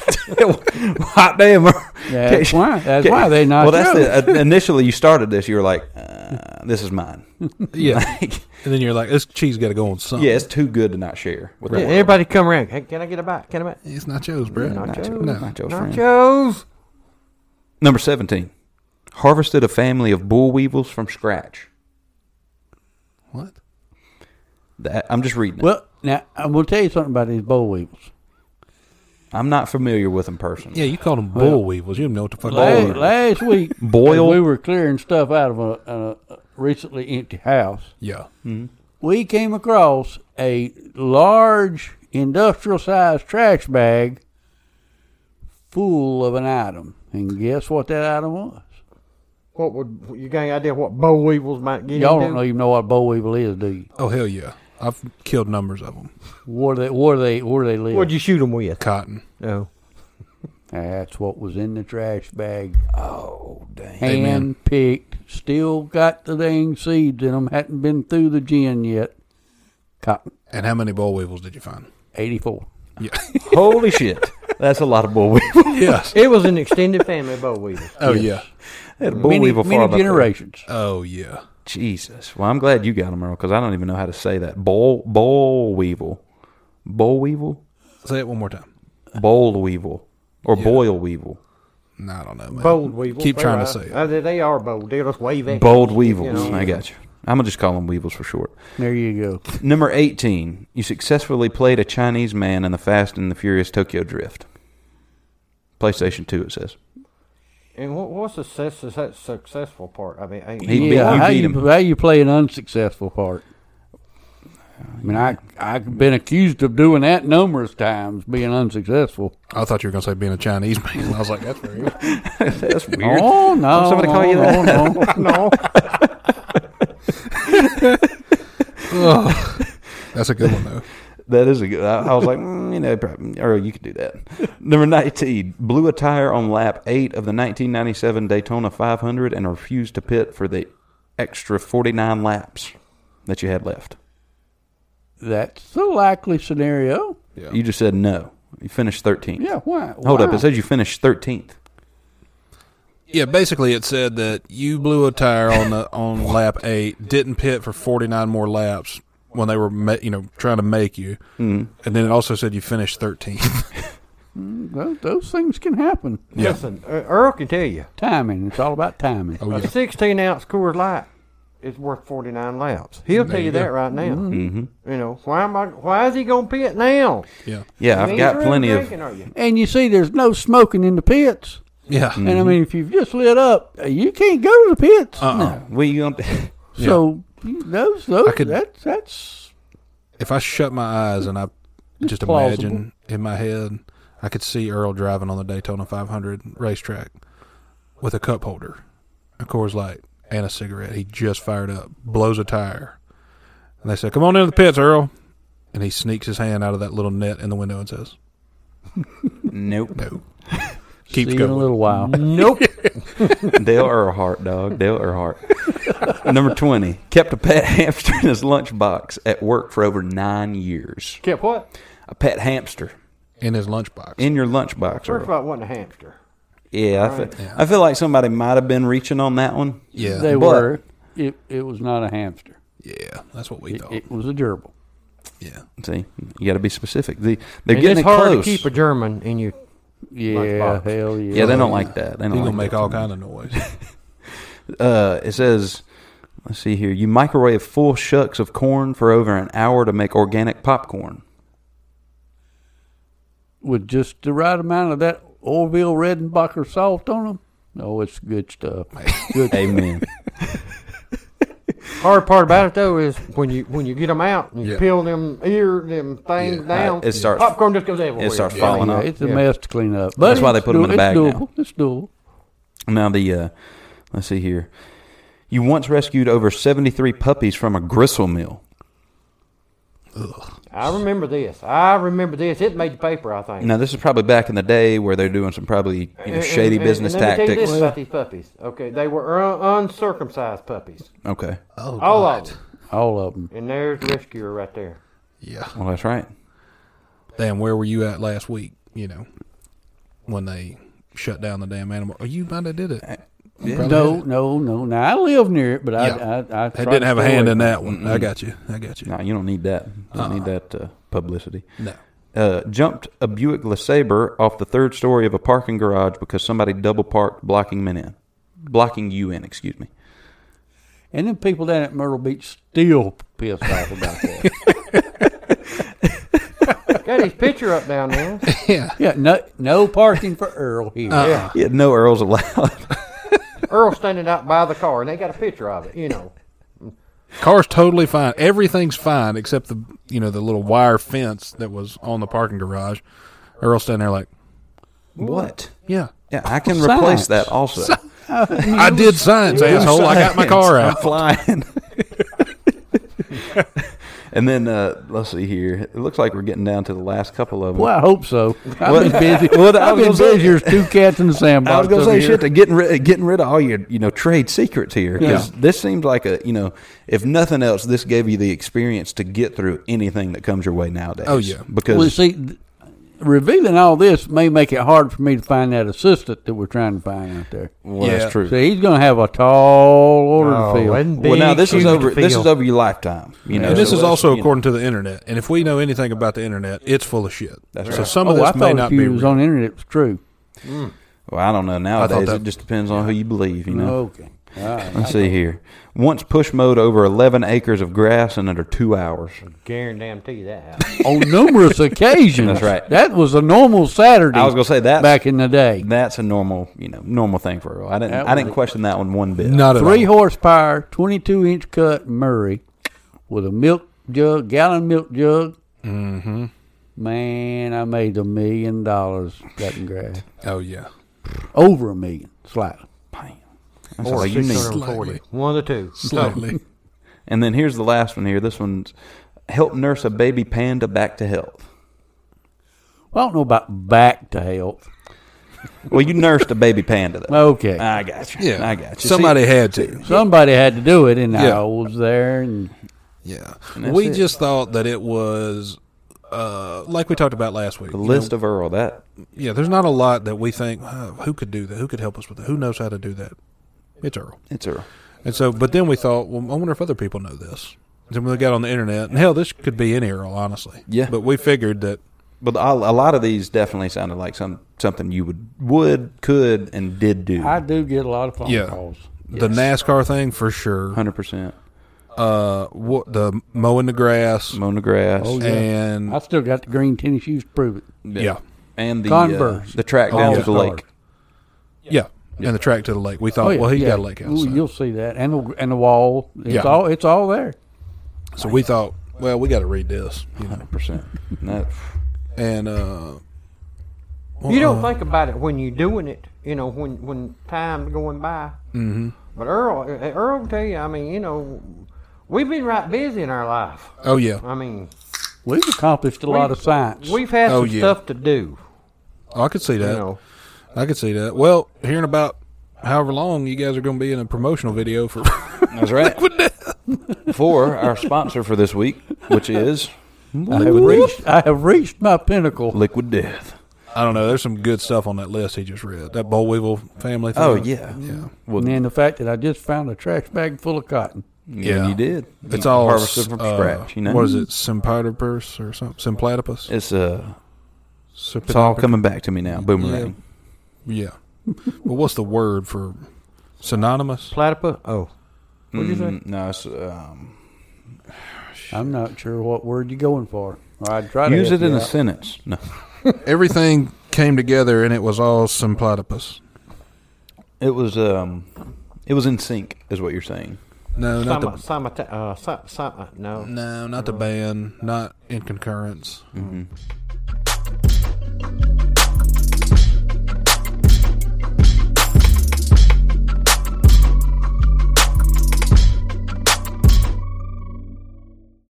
Hot damn!
That's why. That's why they nachos.
Well, that's the, uh, initially you started this. You were like, uh, "This is mine."
Yeah.
Like,
and then you're like, this cheese got to go on something.
yeah, it's too good to not share. With
yeah,
the world.
everybody come around. Hey, can I get a bite? Can I bite?
It's nachos, bro.
Nacho,
No.
nacho friend.
Nachos.
Number seventeen, harvested a family of bull weevils from scratch.
What?
That, I'm just reading. It.
well, now I'm going to tell you something about these boll weevils.
I'm not familiar with them personally.
Yeah, you called them
Well-
bull weevils. You didn't know what the fuck.
Bull
they
Last,
were.
last week,
Boiled?
we were clearing stuff out of a, a recently empty house.
Yeah.
We came across a large industrial-sized trash bag full of an item, and guess what that item was?
What would you got any idea what boll weevils might get
Y'all
into?
don't even know what boll weevil is, do you?
Oh hell yeah. I've killed numbers of them.
Where they, where they, where they live?
What'd you shoot them with?
Cotton.
No.
That's what was in the trash bag.
Oh dang!
Amen.
Hand picked, still got the dang seeds in them, hadn't been through the gin yet. Cotton,
And how many bull weevils did you find?
84.
Yeah.
Holy shit! That's a lot of bull weevil.
Yes.
It was an extended family bowl weevil.
Oh yeah.
Yes.
That bull
Many,
weevil farm
many
up there.
generations.
Oh yeah.
Jesus. Well, I'm glad you got them, Earl, because I don't even know how to say that. Boll boll weevil, boll weevil,
Say it one more time.
boll weevil, or
Yeah.
boil weevil,
No, I don't know, man.
Bold weevil.
Keep
They're
trying to
right.
say it.
Uh, they- they are bold. They're just waving.
bold weevils.
know.
I got you. I'm gonna just call them weevils for short.
There you go.
Number 18. You successfully played a Chinese man in the Fast and the Furious Tokyo Drift. PlayStation 2, it says.
And what, what's the success, is that successful part? I mean, I-
He beat-
yeah,
you
how
beat
you
him.
how you play an unsuccessful part? I mean, I I've been accused of doing that numerous times, being unsuccessful.
I thought you were gonna say being a Chinese man. I was like, that's very
That's weird.
Oh no!
Don't somebody
no,
call you that?
No, no.
no.
that's a good one though.
That is a good. I, I was like, mm, you know, probably, or you could do that. Number 19. Blew a tire on lap 8 of the 1997 Daytona 500 and refused to pit for the extra 49 laps that you had left.
That's the likely scenario.
Yeah.
You just said no. You finished 13th.
Yeah. Why?
Hold up.
why?
It says you finished 13th.
Yeah, basically it said that you blew a tire on the on lap eight, didn't pit for forty nine more laps when they were ma- you know trying to make you, mm. and then it also said you finished thirteenth.
Those, those things can happen.
Yeah.
Listen, uh, Earl can tell you.
Timing. It's all about timing.
Oh
A
yeah,
16 ounce Coors Light is worth 49 laps. He'll
There
tell you
you go.
that
Mm-hmm.
right now.
Mm-hmm.
You know why am I? Why is he gonna pit now?
yeah,
Yeah, I've got plenty of.
of.
And you see, there's no smoking in the pits.
yeah.
And
Mm-hmm.
I mean, if you've just lit up, uh, you can't go to the pits.
Uh,
Uh-uh.
Well, you gonna.
So those those
I could-
that's that's
If I shut my eyes and I just
plausible.
imagine in my head, I could see Earl driving on the Daytona 500 racetrack with a cup holder, a Coors Light, and a cigarette. He just fired up, blows a tire, and they said, "Come on into the pits, Earl." And he sneaks his hand out of that little net in the window and says,
Nope.
"No." Keeps
see you in a
going.
little while.
Nope.
Dale Earhart, dog. Dale Earhart. Number 20. Kept a pet hamster in his lunchbox at work for over nine years.
Kept what?
A pet hamster
in his lunchbox.
in your lunchbox.
First of
Earl.
all, it wasn't a hamster.
Yeah, I feel, I feel like somebody might have been reaching on that one.
yeah,
They
But-
were. It it was not a hamster.
yeah, that's what we
It,
thought.
it was a gerbil.
yeah,
See, you got to be specific. The, they're
And
getting
it's
it
hard
close.
to keep a German in your.
Yeah,
Lunchbox.
hell yeah.
yeah, they don't like that. They
he
don't
gonna
like
make
that.
all kind of noise.
uh, it says, let's see here. You microwave full shucks of corn for over an hour to make organic popcorn.
with just the right amount of that Orville Redenbacher salt on them. Oh, it's good stuff. Good.
Amen.
Hard part about it though is when you when you get them out and you
Yeah.
peel them ear them things
Yeah.
down.
It starts-
popcorn just goes everywhere.
It starts
Yeah.
falling
Yeah,
off.
it's a
Yeah.
mess to clean up. But
That's why they
it's
put 'em in
do-
a bag now.
It's doable. It's doable.
Now the uh, let's see here. You once rescued over seventy three puppies from a gristle mill.
I remember this. I remember this. It made the paper. I think.
Now this is probably back in the day where they're doing some probably you know,
And-
shady
and-
business
and let me tell you
tactics.
this about these puppies. Okay, they were un- uncircumcised puppies.
Okay,
Oh,
All
God.
of them.
All of them.
And there's the rescuer right there.
yeah.
well that's right.
damn, where were you at last week? You know, when they shut down the damn animal. Oh, you might have did
Uh,
it. You probably
No,
had it.
no, no. Now I live near it, but I,
Yeah.
I, I,
They didn't have a hand in that one. I got you. I got you.
No, you don't need that. You don't
Uh-uh.
need that uh, publicity.
No.
Uh, jumped a Buick LeSabre off the third story of a parking garage because somebody double parked, blocking men in, blocking you in. Excuse me.
And then people down at Myrtle Beach still pissed off about that.
Got his picture up down there.
Yeah.
yeah, no, no parking for Earl here.
Uh-uh.
Yeah, no Earls allowed.
Earl standing out by the car, and they got a picture of it. You know,
Car's totally fine. Everything's fine except the you know the little wire fence that was on the parking garage. Earl standing there like,
what?
yeah,
Yeah, I can
Science.
replace that also.
I did signs, asshole. I got my car
I'm
out.
flying. and then uh, let's see here. It looks like we're getting down to the last couple of them.
Well, I hope so. I've
What-
been busy.
what I
I've
was
been
gonna say-
busy. There's two cats in the sandbox.
I was gonna
over
say
here.
shit to getting rid, getting rid of all your you know trade secrets here because
Yeah.
this seems like a you know if nothing else this gave you the experience to get through anything that comes your way nowadays.
Oh, yeah.
because
Well, see, th- revealing all this may make it hard for me to find that assistant that we're trying to find out there.
Well,
Yeah.
that's true.
So he's going to have a tall order
Oh,
to fill.
and
well, now this
big,
is
huge
over. This
field.
is over your lifetime. You know,
And this
so
is
that's,
also
you know,
according to the internet. And if we know anything about the internet, it's full of shit.
That's
so
right.
some of
oh, I
this may
thought
not
if
be
you was
real.
on the internet, it was true.
Well, I don't know. Nowadays,
that-
it just depends on who you believe. You know.
Okay. All right.
Let's see here. Once push mowed over 11 acres of grass in under two hours.
Guarantee that.
on numerous occasions.
That's right.
That was a normal Saturday.
I was gonna say that's
back in the day.
That's a normal, you know, normal thing for her. I didn't.
That
I didn't
was-
question that one one bit.
Not at
Three
all.
horsepower, twenty-two inch cut Murray, with a milk jug, gallon milk jug. Mm-hmm. Man, I made a million dollars cutting grass.
Oh yeah.
Over a million, slightly.
Bam. That's all you need.
640. One of the two.
Slightly.
And then here's the last one here. This one's help nurse a baby panda back to health.
I don't know about back to health.
Well, you nursed a baby panda though.
Okay,
I got you.
Yeah.
I got you.
Somebody
See,
had to.
somebody had to do it, and
Yeah.
I was there. And
Yeah.
that's
We
it.
just thought that it was uh, like we talked about last week.
the list of Earl. That
Yeah, there's not a lot that we think "Oh, who could do that, who could help us with that, who knows how to do that. It's Earl.
it's Earl.
And so, but then we thought, well, I wonder if other people know this. Then we got on the internet, and hell, this could be any Earl, honestly.
Yeah.
But we figured that
But a, a lot of these definitely sounded like some something you would would could and did do.
I do get a lot of phone
Yeah.
calls.
the NASCAR thing for sure,
Hundred percent.
uh, what the mowing the grass,
Mowing the grass.
Oh, yeah.
and
I still got the green tennis shoes to prove it.
yeah,
And the uh,
Converse.
the track down
Oh,
to the
yeah.
lake.
yeah, and the track to the lake.
Oh,
We thought, well, he got a lake
Oh, Ooh,
outside.
you'll see that, and the, and the wall. It's
Yeah.
all it's all there.
so we thought, well, we got to read this, you know.
Hundred percent.
And uh,
You don't think about it when you're doing it, you know, when when time's going by. Mm-hmm. But Earl, eh, Earl will tell you, I mean, you know, we've been right busy in our life.
oh yeah,
I mean,
We've accomplished a lot of science.
we've had
Oh,
some
yeah.
stuff to do.
Oh, I could see that.
You know,
I could see that. Well, hearing about however long you guys are going to be in a promotional video for
That's right. for our sponsor for this week, which is
I have reached. I have reached my pinnacle.
Liquid Death.
I don't know. There's some good stuff on that list he just read. That boll weevil family. Thing.
Oh yeah,
yeah.
Well-
and then the fact that I just found a trash bag full of cotton.
Yeah.
You did.
It's
You
all
harvested from
uh,
scratch. You know
What is it? Sympodopus or something? Symplatopus.
It's uh, it's all
Sympodop-
coming back to me now. Boomerang.
Yeah. well, what's the word for synonymous?
platypus. Oh,
What
What'd you say?
Mm, No, it's um,
I'm not sure what word you're going for. I try to
use it
help
in
you
a
out.
sentence. No,
Everything came together and it was all symplatopus.
it was um, it was in sync, is what you're saying.
No, not
some,
the
some, uh, some, some, uh, no.
no, not the band, not in concurrence.
Mm-hmm.